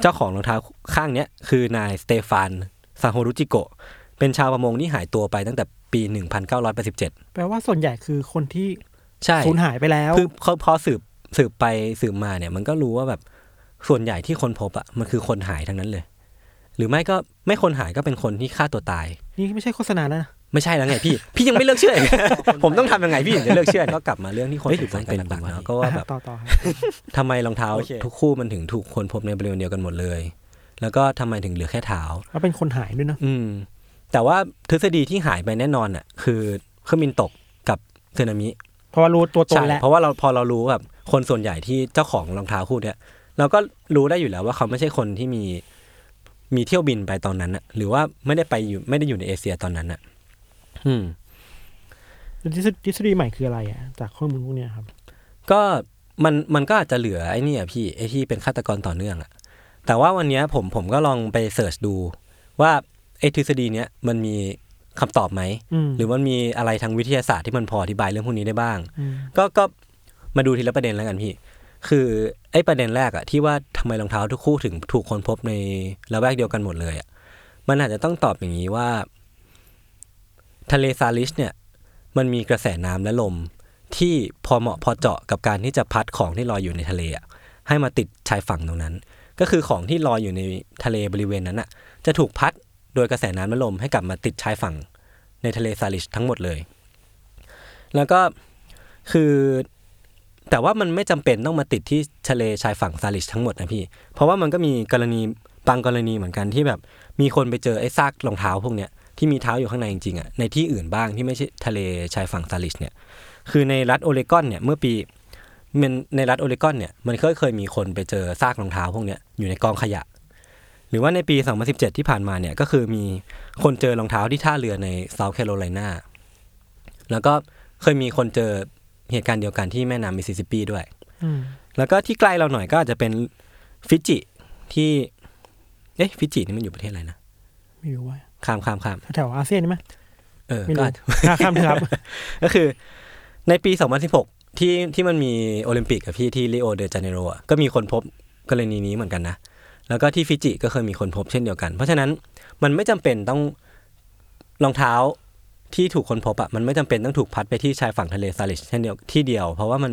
S2: เจ้าของรองเท้าข้างเนี้ยคือนายสเตฟานซาโฮรุจิโกะเป็นชาวประมงที่หายตัวไปตั้งแต่ปี 1987
S3: แปลว่าส่วนใหญ่คือคนที่
S2: ใช่
S3: สูญหายไปแล้ว
S2: คือเขาพอสืบสืบไปสืบมาเนี่ย มันก็รู้ว่าแบบส่วนใหญ่ที่คนพบอะ่ะมันคือคนหายทั้งนั้นเลย หรือไม่ก็ไม่คนหายก็เป็นคนที่ฆ่าตัวตาย
S3: นี่ไม่ใช่โฆษณาแล้วนะ
S2: ไม่ใช่แล้วไงพี่ พี่ยังไม่เลิกเชื่ออีก ผมต้องทำยังไงพี่ถึงจะเลิกเชื่อเนี่ยก็กลับมาเรื่องที่คนสงสัยกันหลักๆเนอะก็ว่าแบบ
S3: อ่ะต่อต่อครับ
S2: ทำไมรองเท้า
S3: โอเค
S2: ทุกคู่มันถึงถูกคนพบในบริเวณเดียวกันหมดเลย แล้วก็ทำไมถึงเหลือแค่เท้า
S3: แล้วเป็นคนหายด้วยเนาะ
S2: อืม แต่ว่าทฤษฎีที่หายไปแน่นอนอ่ะ คือเครื่องบินตกกับสึนามิ
S3: เพราะว่ารู้ตัวตน
S2: ใช่
S3: แล้ว
S2: เพราะว่าเราพอเรารู้แบบคนส่วนใหญ่ที่เจ้าของรองเท้าคู่เนี้ยเราก็รู้ได้อยู่แล้วว่าเขาไม่ใช่คนที่มีมีเที่ยวบินไปตอนนั้นน่ะ หรือว่าไม่ได้ไปอยู่ไม่ได้อยู่ในเอเชียตอนนั้นน่ะ อืม
S3: ทฤษฎีทฤษฎีใหม่คืออะไรอ่ะจากข้อมูลพวกเนี้ยครับ
S2: ก็มันมันก็อาจจะเหลือไอ้นี่อะพี่ไอ้ที่เป็นฆาตกรต่อเนื่องอะแต่ว่าวันเนี้ยผมผมก็ลองไปเสิร์ชดู ว่าไอ้ทฤษฎีเนี้ยมันมีคำตอบไหม
S3: อืม
S2: หรือมันมีอะไรทางวิทยาศาสตร์ที่มันพออธิบายเรื่องพวกนี้ได้บ้าง
S3: อืม
S2: ก็ก็มาดูทีละประเด็นแล้วกันพี่ คือไอ้ประเด็นแรกอะที่ว่าทำไมรองเท้าทุกคู่ถึงถูกค้นพบในละแวกเดียวกันหมดเลยอะมันอาจจะต้องตอบอย่างนี้ว่า ทะเลซาลิชเนี่ย มันมีกระแสน้ำและลม ที่พอเหมาะพอเจาะกับการที่จะพัดของที่ลอยอยู่ในทะเลอะให้มาติดชายฝั่งตรงนั้น ก็คือของที่ลอยอยู่ในทะเลบริเวณนั้นอะจะถูกพัดโดยกระแสน้ำและลมให้กลับมาติดชายฝั่งในทะเลซาลิชทั้งหมดเลย แล้วก็คือแต่ว่ามันไม่จำเป็นต้องมาติดที่ทะเลชายฝั่งซาลิชทั้งหมดนะพี่ เพราะว่ามันก็มีกรณีบางกรณีเหมือนกันที่แบบ มีคนไปเจอไอ้ซากรองเท้าพวกเนี้ยที่มีเท้าอยู่ข้างในจริงๆอ่ะในที่อื่นบ้างที่ไม่ใช่ทะเลชายฝั่งซาลิชเนี่ย คือในรัฐโอเรกอนเนี่ยเมื่อปีมันในรัฐโอเรกอนเนี่ยมันเคยเคยมีคนไปเจอซากรองเท้าพวกเนี้ยอยู่ในกองขยะ หรือว่าในปี 2017 ที่ผ่านมาเนี่ยก็คือมีคนเจอรองเท้าที่ท่าเรือในเซาท์แคโรไลนาแล้วก็เคยมีคนเจอเหตุการณ์เดียวกันที่แม่น้ำมิสซิสซิปปีด้วย
S3: อืม
S2: แล้วก็ที่ใกล้เราหน่อยก็อาจจะเป็นฟิจิที่เอ๊ะฟิจินี่มันอยู่ประเทศอะไรนะ
S3: ไม่รู้ว่า
S2: ข้ามข้ามข้าม
S3: แถวอาเซียนใช่ไหม
S2: เออ
S3: ไม่
S2: ก็
S3: รู้
S2: อาจ
S3: อ่ะข้ามเถ อะครับ
S2: ก็คือในปี 2016 ที่ที่มันมีโอลิมปิกอะพี่ที่ริโอเดจาเนโรอะก็มีคนพบกรณีนี้เหมือนกันนะ แล้วก็ที่ฟิจิก็เคยมีคนพบเช่นเดียวกัน เพราะฉะนั้นมันไม่จำเป็นต้องรองเท้าที่ถูกคนพบอะมันไม่จำเป็นต้องถูกพัดไปที่ชายฝั่งทะเลซาลิชเช่นเดียวที่เดียว เพราะว่ามัน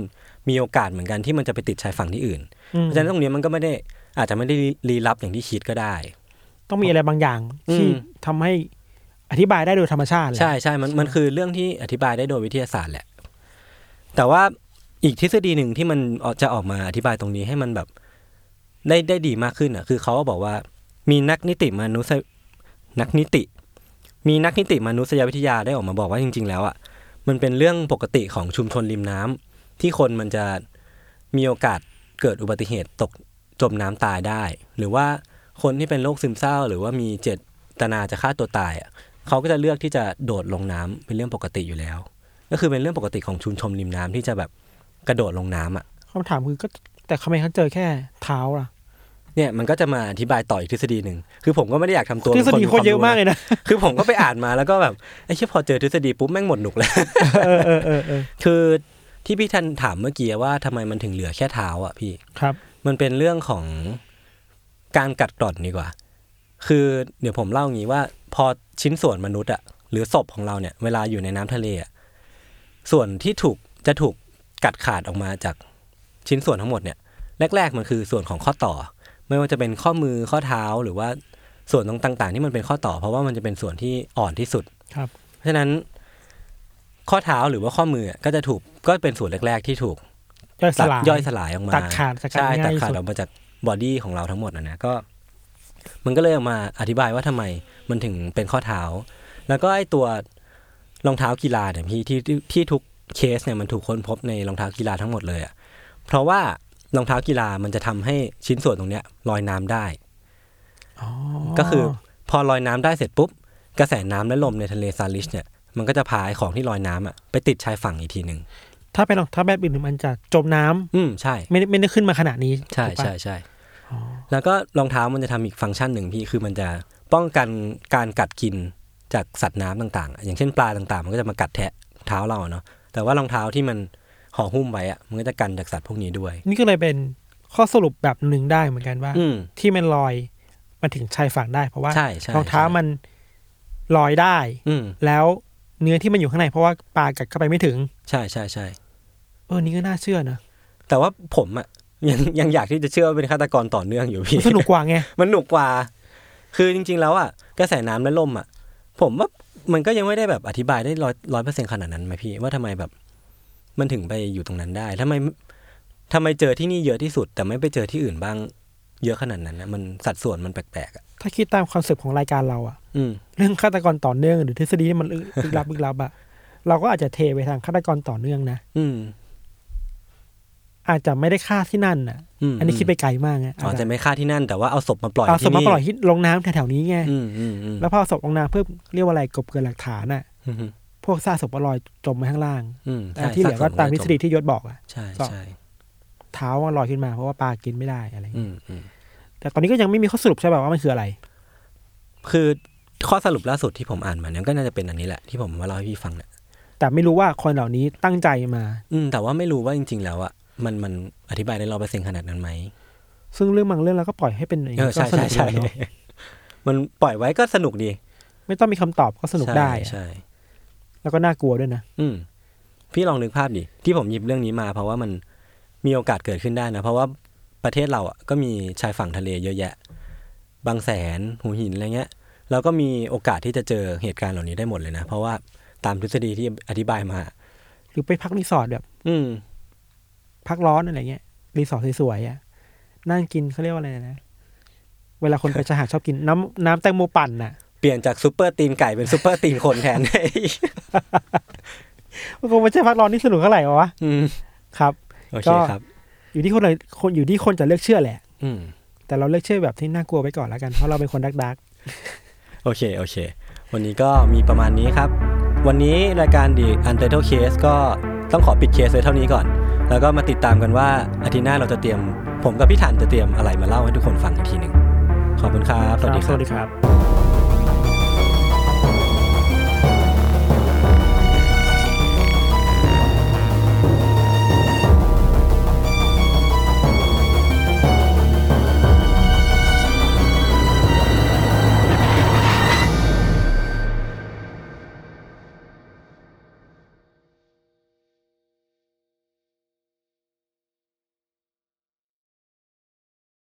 S2: มีโอกาสเหมือนกันที่มันจะไปติดชายฝั่งที่อื่น
S3: อืม
S2: เพราะฉะนั้นตรงเนี้ยมันก็ไม่ได้อาจจะไม่ได้ลี้ลับอย่างที่คิดก็ได้
S3: ต้องมีอะไรบางอย่าง
S2: อืม
S3: ที่ทำให้อธิบายได้โดยธรรมชาติแหละ
S2: ใช่ใช่มันมันคือเรื่องที่อธิบายได้โดยวิทยาศาสตร์แหละ แต่ว่าอีกทฤษฎีหนึ่งที่มันจะออกมาอธิบายตรงนี้ให้มันแบบได้ได้ดีมากขึ้นอ่ะ คือเขาก็บอกว่ามีนักนิติมนุษยนักนิติ มีนักนิติมนุษยวิทยาได้ออกมาบอกว่าจริง ๆ แล้วอ่ะมันเป็นเรื่องปกติของชุมชนริมน้ำที่คนมันจะมีโอกาสเกิดอุบัติเหตุตกจมน้ำตายได้ หรือว่าคนที่เป็นโรคซึมเศร้า หรือว่ามีเจตนาจะฆ่าตัวตายอ่ะเขาก็จะเลือกที่จะโดดลงน้ำเป็นเรื่องปกติอยู่แล้ว ก็คือเป็นเรื่องปกติของชุมชนริมน้ำที่จะแบบกระโดดลงน้ำอ่ะ
S3: คำถามคือก็แต่ทำไมเขาเจอแค่เท้าล่ะ
S2: เนี่ยมันก็จะมาอธิบายต่ออีกทฤษฎีหนึ่ง คือผมก็ไม่ได้อยากทำตัว
S3: ทฤ
S2: ป็
S3: ษฎี
S2: มี
S3: โคตรเยอะมากเลยนะ
S2: คือผมก็ไปอ่านมาแล้วก็แบบไอ้เชี่ยพอเจอทฤษฎีปุ๊บแม่งหมดหนุกเลย
S3: เออเออเออเออ
S2: คือที่พี่ทันถามเมื่อกี้ว่าทำไมมันถึงเหลือแค่เท้าอ่ะพี่
S3: ครับ
S2: มันเป็นเรื่องของการกัดกร่อนดีกว่า คือเดี๋ยวผมเล่าอย่างนี้ว่า พอชิ้นส่วนมนุษย์อะหรือศพของเราเนี่ย เวลาอยู่ในน้ำทะเลอะส่วนที่ถูกจะถูกกัดขาดออกมาจากชิ้นส่วนทั้งหมดเนี่ย แรก ๆ มันคือส่วนของข้อต่อ ไม่ว่าจะเป็นข้อมือข้อเท้าหรือว่าส่วนตรงต่าง ๆ ที่มันเป็นข้อต่อ เพราะว่ามันจะเป็นส่วนที่อ่อนที่สุด
S3: ครับ
S2: เพราะฉะนั้นข้อเท้าหรือว่าข้อมืออะก็จะถูกก็เป็นส่วนแรก ๆ ที่ถูก
S3: ย่อยส
S2: ตัด
S3: ลาย
S2: ย่อยสลายออกมา
S3: ตัดขาดสกัด
S2: ใช่
S3: ง่าย
S2: ตัดขาด
S3: ที่สุด
S2: ออกมาจากบอดี้ของเราทั้งหมดนะนะก็ มันก็เลยออกมาอธิบายว่าทำไมมันถึงเป็นข้อเท้า แล้วก็ไอ้ตัวรองเท้ากีฬาเนี่ยพี่ที่ที่ที่ทุกเคสเนี่ยมันถูกค้นพบในรองเท้ากีฬาทั้งหมดเลยอะเพราะว่ารองเท้ากีฬามันจะทำให้ชิ้นส่วนตรงเนี้ยลอยน้ำได้ ก็คือพอลอยน้ำได้เสร็จปุ๊บ กระแสน้ำและลมในทะเลซาลิชเนี่ยมันก็จะพาไอ้ของที่ลอยน้ำอะไปติดชายฝั่งอีกทีหนึ่ง
S3: ถ้าเป็นรองเท้าแบบอื่นมันจะจมน้ำ
S2: อืมใช่
S3: ไม่ได้ไม่ได้ขึ้นมาขนาดนี้
S2: ใช่
S3: ถูกปะ
S2: ใช่ใช่แล้วก็รองเท้ามันจะทำอีกฟังก์ชันหนึ่งพี่คือมันจะป้องกันการกัดกินจากสัตว์น้ำต่างๆอ่ะอย่างเช่นปลาต่างๆ มันก็จะมากัดแทะเท้าเราเนาะแต่ว่ารองเท้าที่มันห่อหุ้มไว้อะมันก็จะกันจากสัตว์พวกนี้ด้วย
S3: นี่ก็เลยเป็นข้อสรุปแบบหนึ่งได้เหมือนกันว่า
S2: อืม
S3: ที่มันลอยมาถึงชายฝั่งได้ เพราะว่า
S2: ใช่ใช่
S3: รองเท้า
S2: ใช่
S3: มันลอยได้
S2: อืม
S3: แล้วเนื้อที่มันอยู่ข้างในเพราะว่าปลากัดเข้าไปไม่ถึง
S2: ใช่ใช่ใช่
S3: เออนี่ก็น่าเชื่อนะ
S2: แต่ว่าผมอะ ยังยังอยากที่จะเชื่อว่าเป็นฆาตกรต่อเนื่องอยู่พี่
S3: สนุกกว่าไง
S2: มันหนุกกว่า คือจริง ๆ แล้วอ่ะกระแสน้ำและลมอ่ะ ผมว่ามันก็ยังไม่ได้แบบอธิบายได้ร้อยร้อยเปอร์เซ็นขนาดนั้นไหมพี่ว่าทำไมแบบ มันถึงไปอยู่ตรงนั้นได้ทำไมทำไมเจอที่นี่เยอะที่สุด แต่ไม่ไปเจอที่อื่นบ้าง เยอะขนาดนั้นนะมันสัดส่วนมันแปลกๆอ่ะ
S3: ถ้าคิดตามคอนเซปต์ของรายการเราอะ
S2: อืม
S3: เรื่องฆาตกรต่อเนื่องหรือทฤษฎีที่มันลึกลึกลับลึกลับอะเราก็อาจจะเทไปทางฆาตกรต่อเนื่องนะ
S2: อืม
S3: อาจจะไม่ได้ฆ่าที่นั่นอะ
S2: ม
S3: อันนี้คิดไปไกลมากไง
S2: อ๋อจะไม่ฆ่าที่นั่น แต่ว่าเอาศพมาปล่อย
S3: เอาศ
S2: ที่
S3: พ
S2: นี่
S3: มาปล่อยที่ลงน้ำแถวๆนี้ไง
S2: อืมอืมอืม
S3: แล้วพอเอาศพลงน้ำเพื่อเรียกว่าอะไรกบเกินหลักฐานอะ
S2: อืมอืม
S3: พวกซากศพก็ลอยจมไปข้างล่าง
S2: อืม
S3: แต่ที่เหลือก็ตามทฤษฎีที่ยศบอกอะ
S2: ใช่
S3: สอบ
S2: ใช่
S3: เท้ามันลอยขึ้นมาเพราะว่าปลากินไม่ได้อะไรอย่าง
S2: อืม
S3: เงี้ย
S2: อืม
S3: แต่ตอนนี้ก็ยังไม่มีข้อสรุปใช่ป่ะว่ามันคืออะไร
S2: คือข้อสรุปล่าสุดที่ผมอ่านมาเนี่ยก็น่าจะเป็นอันนี้แหละที่ผมมาเล่าให้พี่ฟังเนี่ย
S3: แต่ไม่รู้ว่าคนเหล่านี้ตั้งใจมา
S2: อืมแต่ว่าไม่รู้ว่าจริง ๆ แล้วอะมันมันอธิบายได้ร้อยเปอร์เซ็นขนาดนั้นไหม
S3: ซึ่งเรื่องบางเรื่องเราก็ปล่อยให้เป็นอย่าง
S2: เอ
S3: นี้
S2: อ
S3: ก็
S2: ใช่
S3: สนุ
S2: ใช่
S3: ก
S2: ใช่
S3: ดีเนอะ
S2: มันปล่อยไว้ก็สนุกดี
S3: ไม่ต้องมีคำตอบก็สนุก
S2: ใช่
S3: ได้อะ
S2: ใช่
S3: แล้วก็น่ากลัวด้วยนะ
S2: อืมพี่ลองนึกภาพดิที่ผมหยิบเรื่องนี้มา เพราะว่ามันมีโอกาสเกิดขึ้นได้นะ เพราะว่าประเทศเราอะก็มีชายฝั่งทะเลเยอะแยะ บางแสนหูหินอะไรเงี้ยเราก็มีโอกาสที่จะเจอเหตุการณ์เหล่านี้ได้หมดเลยนะ เพราะว่าตามทฤษฎีที่อธิบายมา
S3: หรือไปพักรีสอร์ทแบบ
S2: อืม
S3: พักร้อนอะไรเงี้ย รีสอร์ทสวยๆอ่ะ นั่งกินเขาเรียกว่าอะไรนะ เวลาคนไปชายหาดชอบกินน้ำน้ำแตงโมปั่นน่ะ
S2: เปลี่ยนจากซูเปอร์ตีนไก่เป็นซูเปอร์ตีนคนแท น
S3: มันคงไม่ใช่พักร้อนที่สนุกเท่าไหร่หรอวะ
S2: อืม
S3: ครับ
S2: โอเค
S3: ก็
S2: ครับ
S3: อยู่ที่คนเลยคนอยู่ที่คนจะเลือกเชื่อแหละ
S2: อืม
S3: แต่เราเลือกเชื่อแบบที่น่ากลัวไปก่อนแล้วกัน เพราะเราเป็นคนดักดัก
S2: โอเค โอเค วันนี้ก็มีประมาณนี้ครับ วันนี้รายการ The Untitled Case ก็ต้องขอปิดเคสไว้เท่านี้ก่อน แล้วก็มาติดตามกันว่าอาทิตย์หน้าเราจะเตรียม ผมกับพี่ถันจะเตรียมอะไรมาเล่าให้ทุกคนฟังอีกทีหนึ่งขอบคุณครับ
S3: ๆ
S2: สวัสดี
S3: ค
S2: ครั
S3: รับบ สวัสดีครับ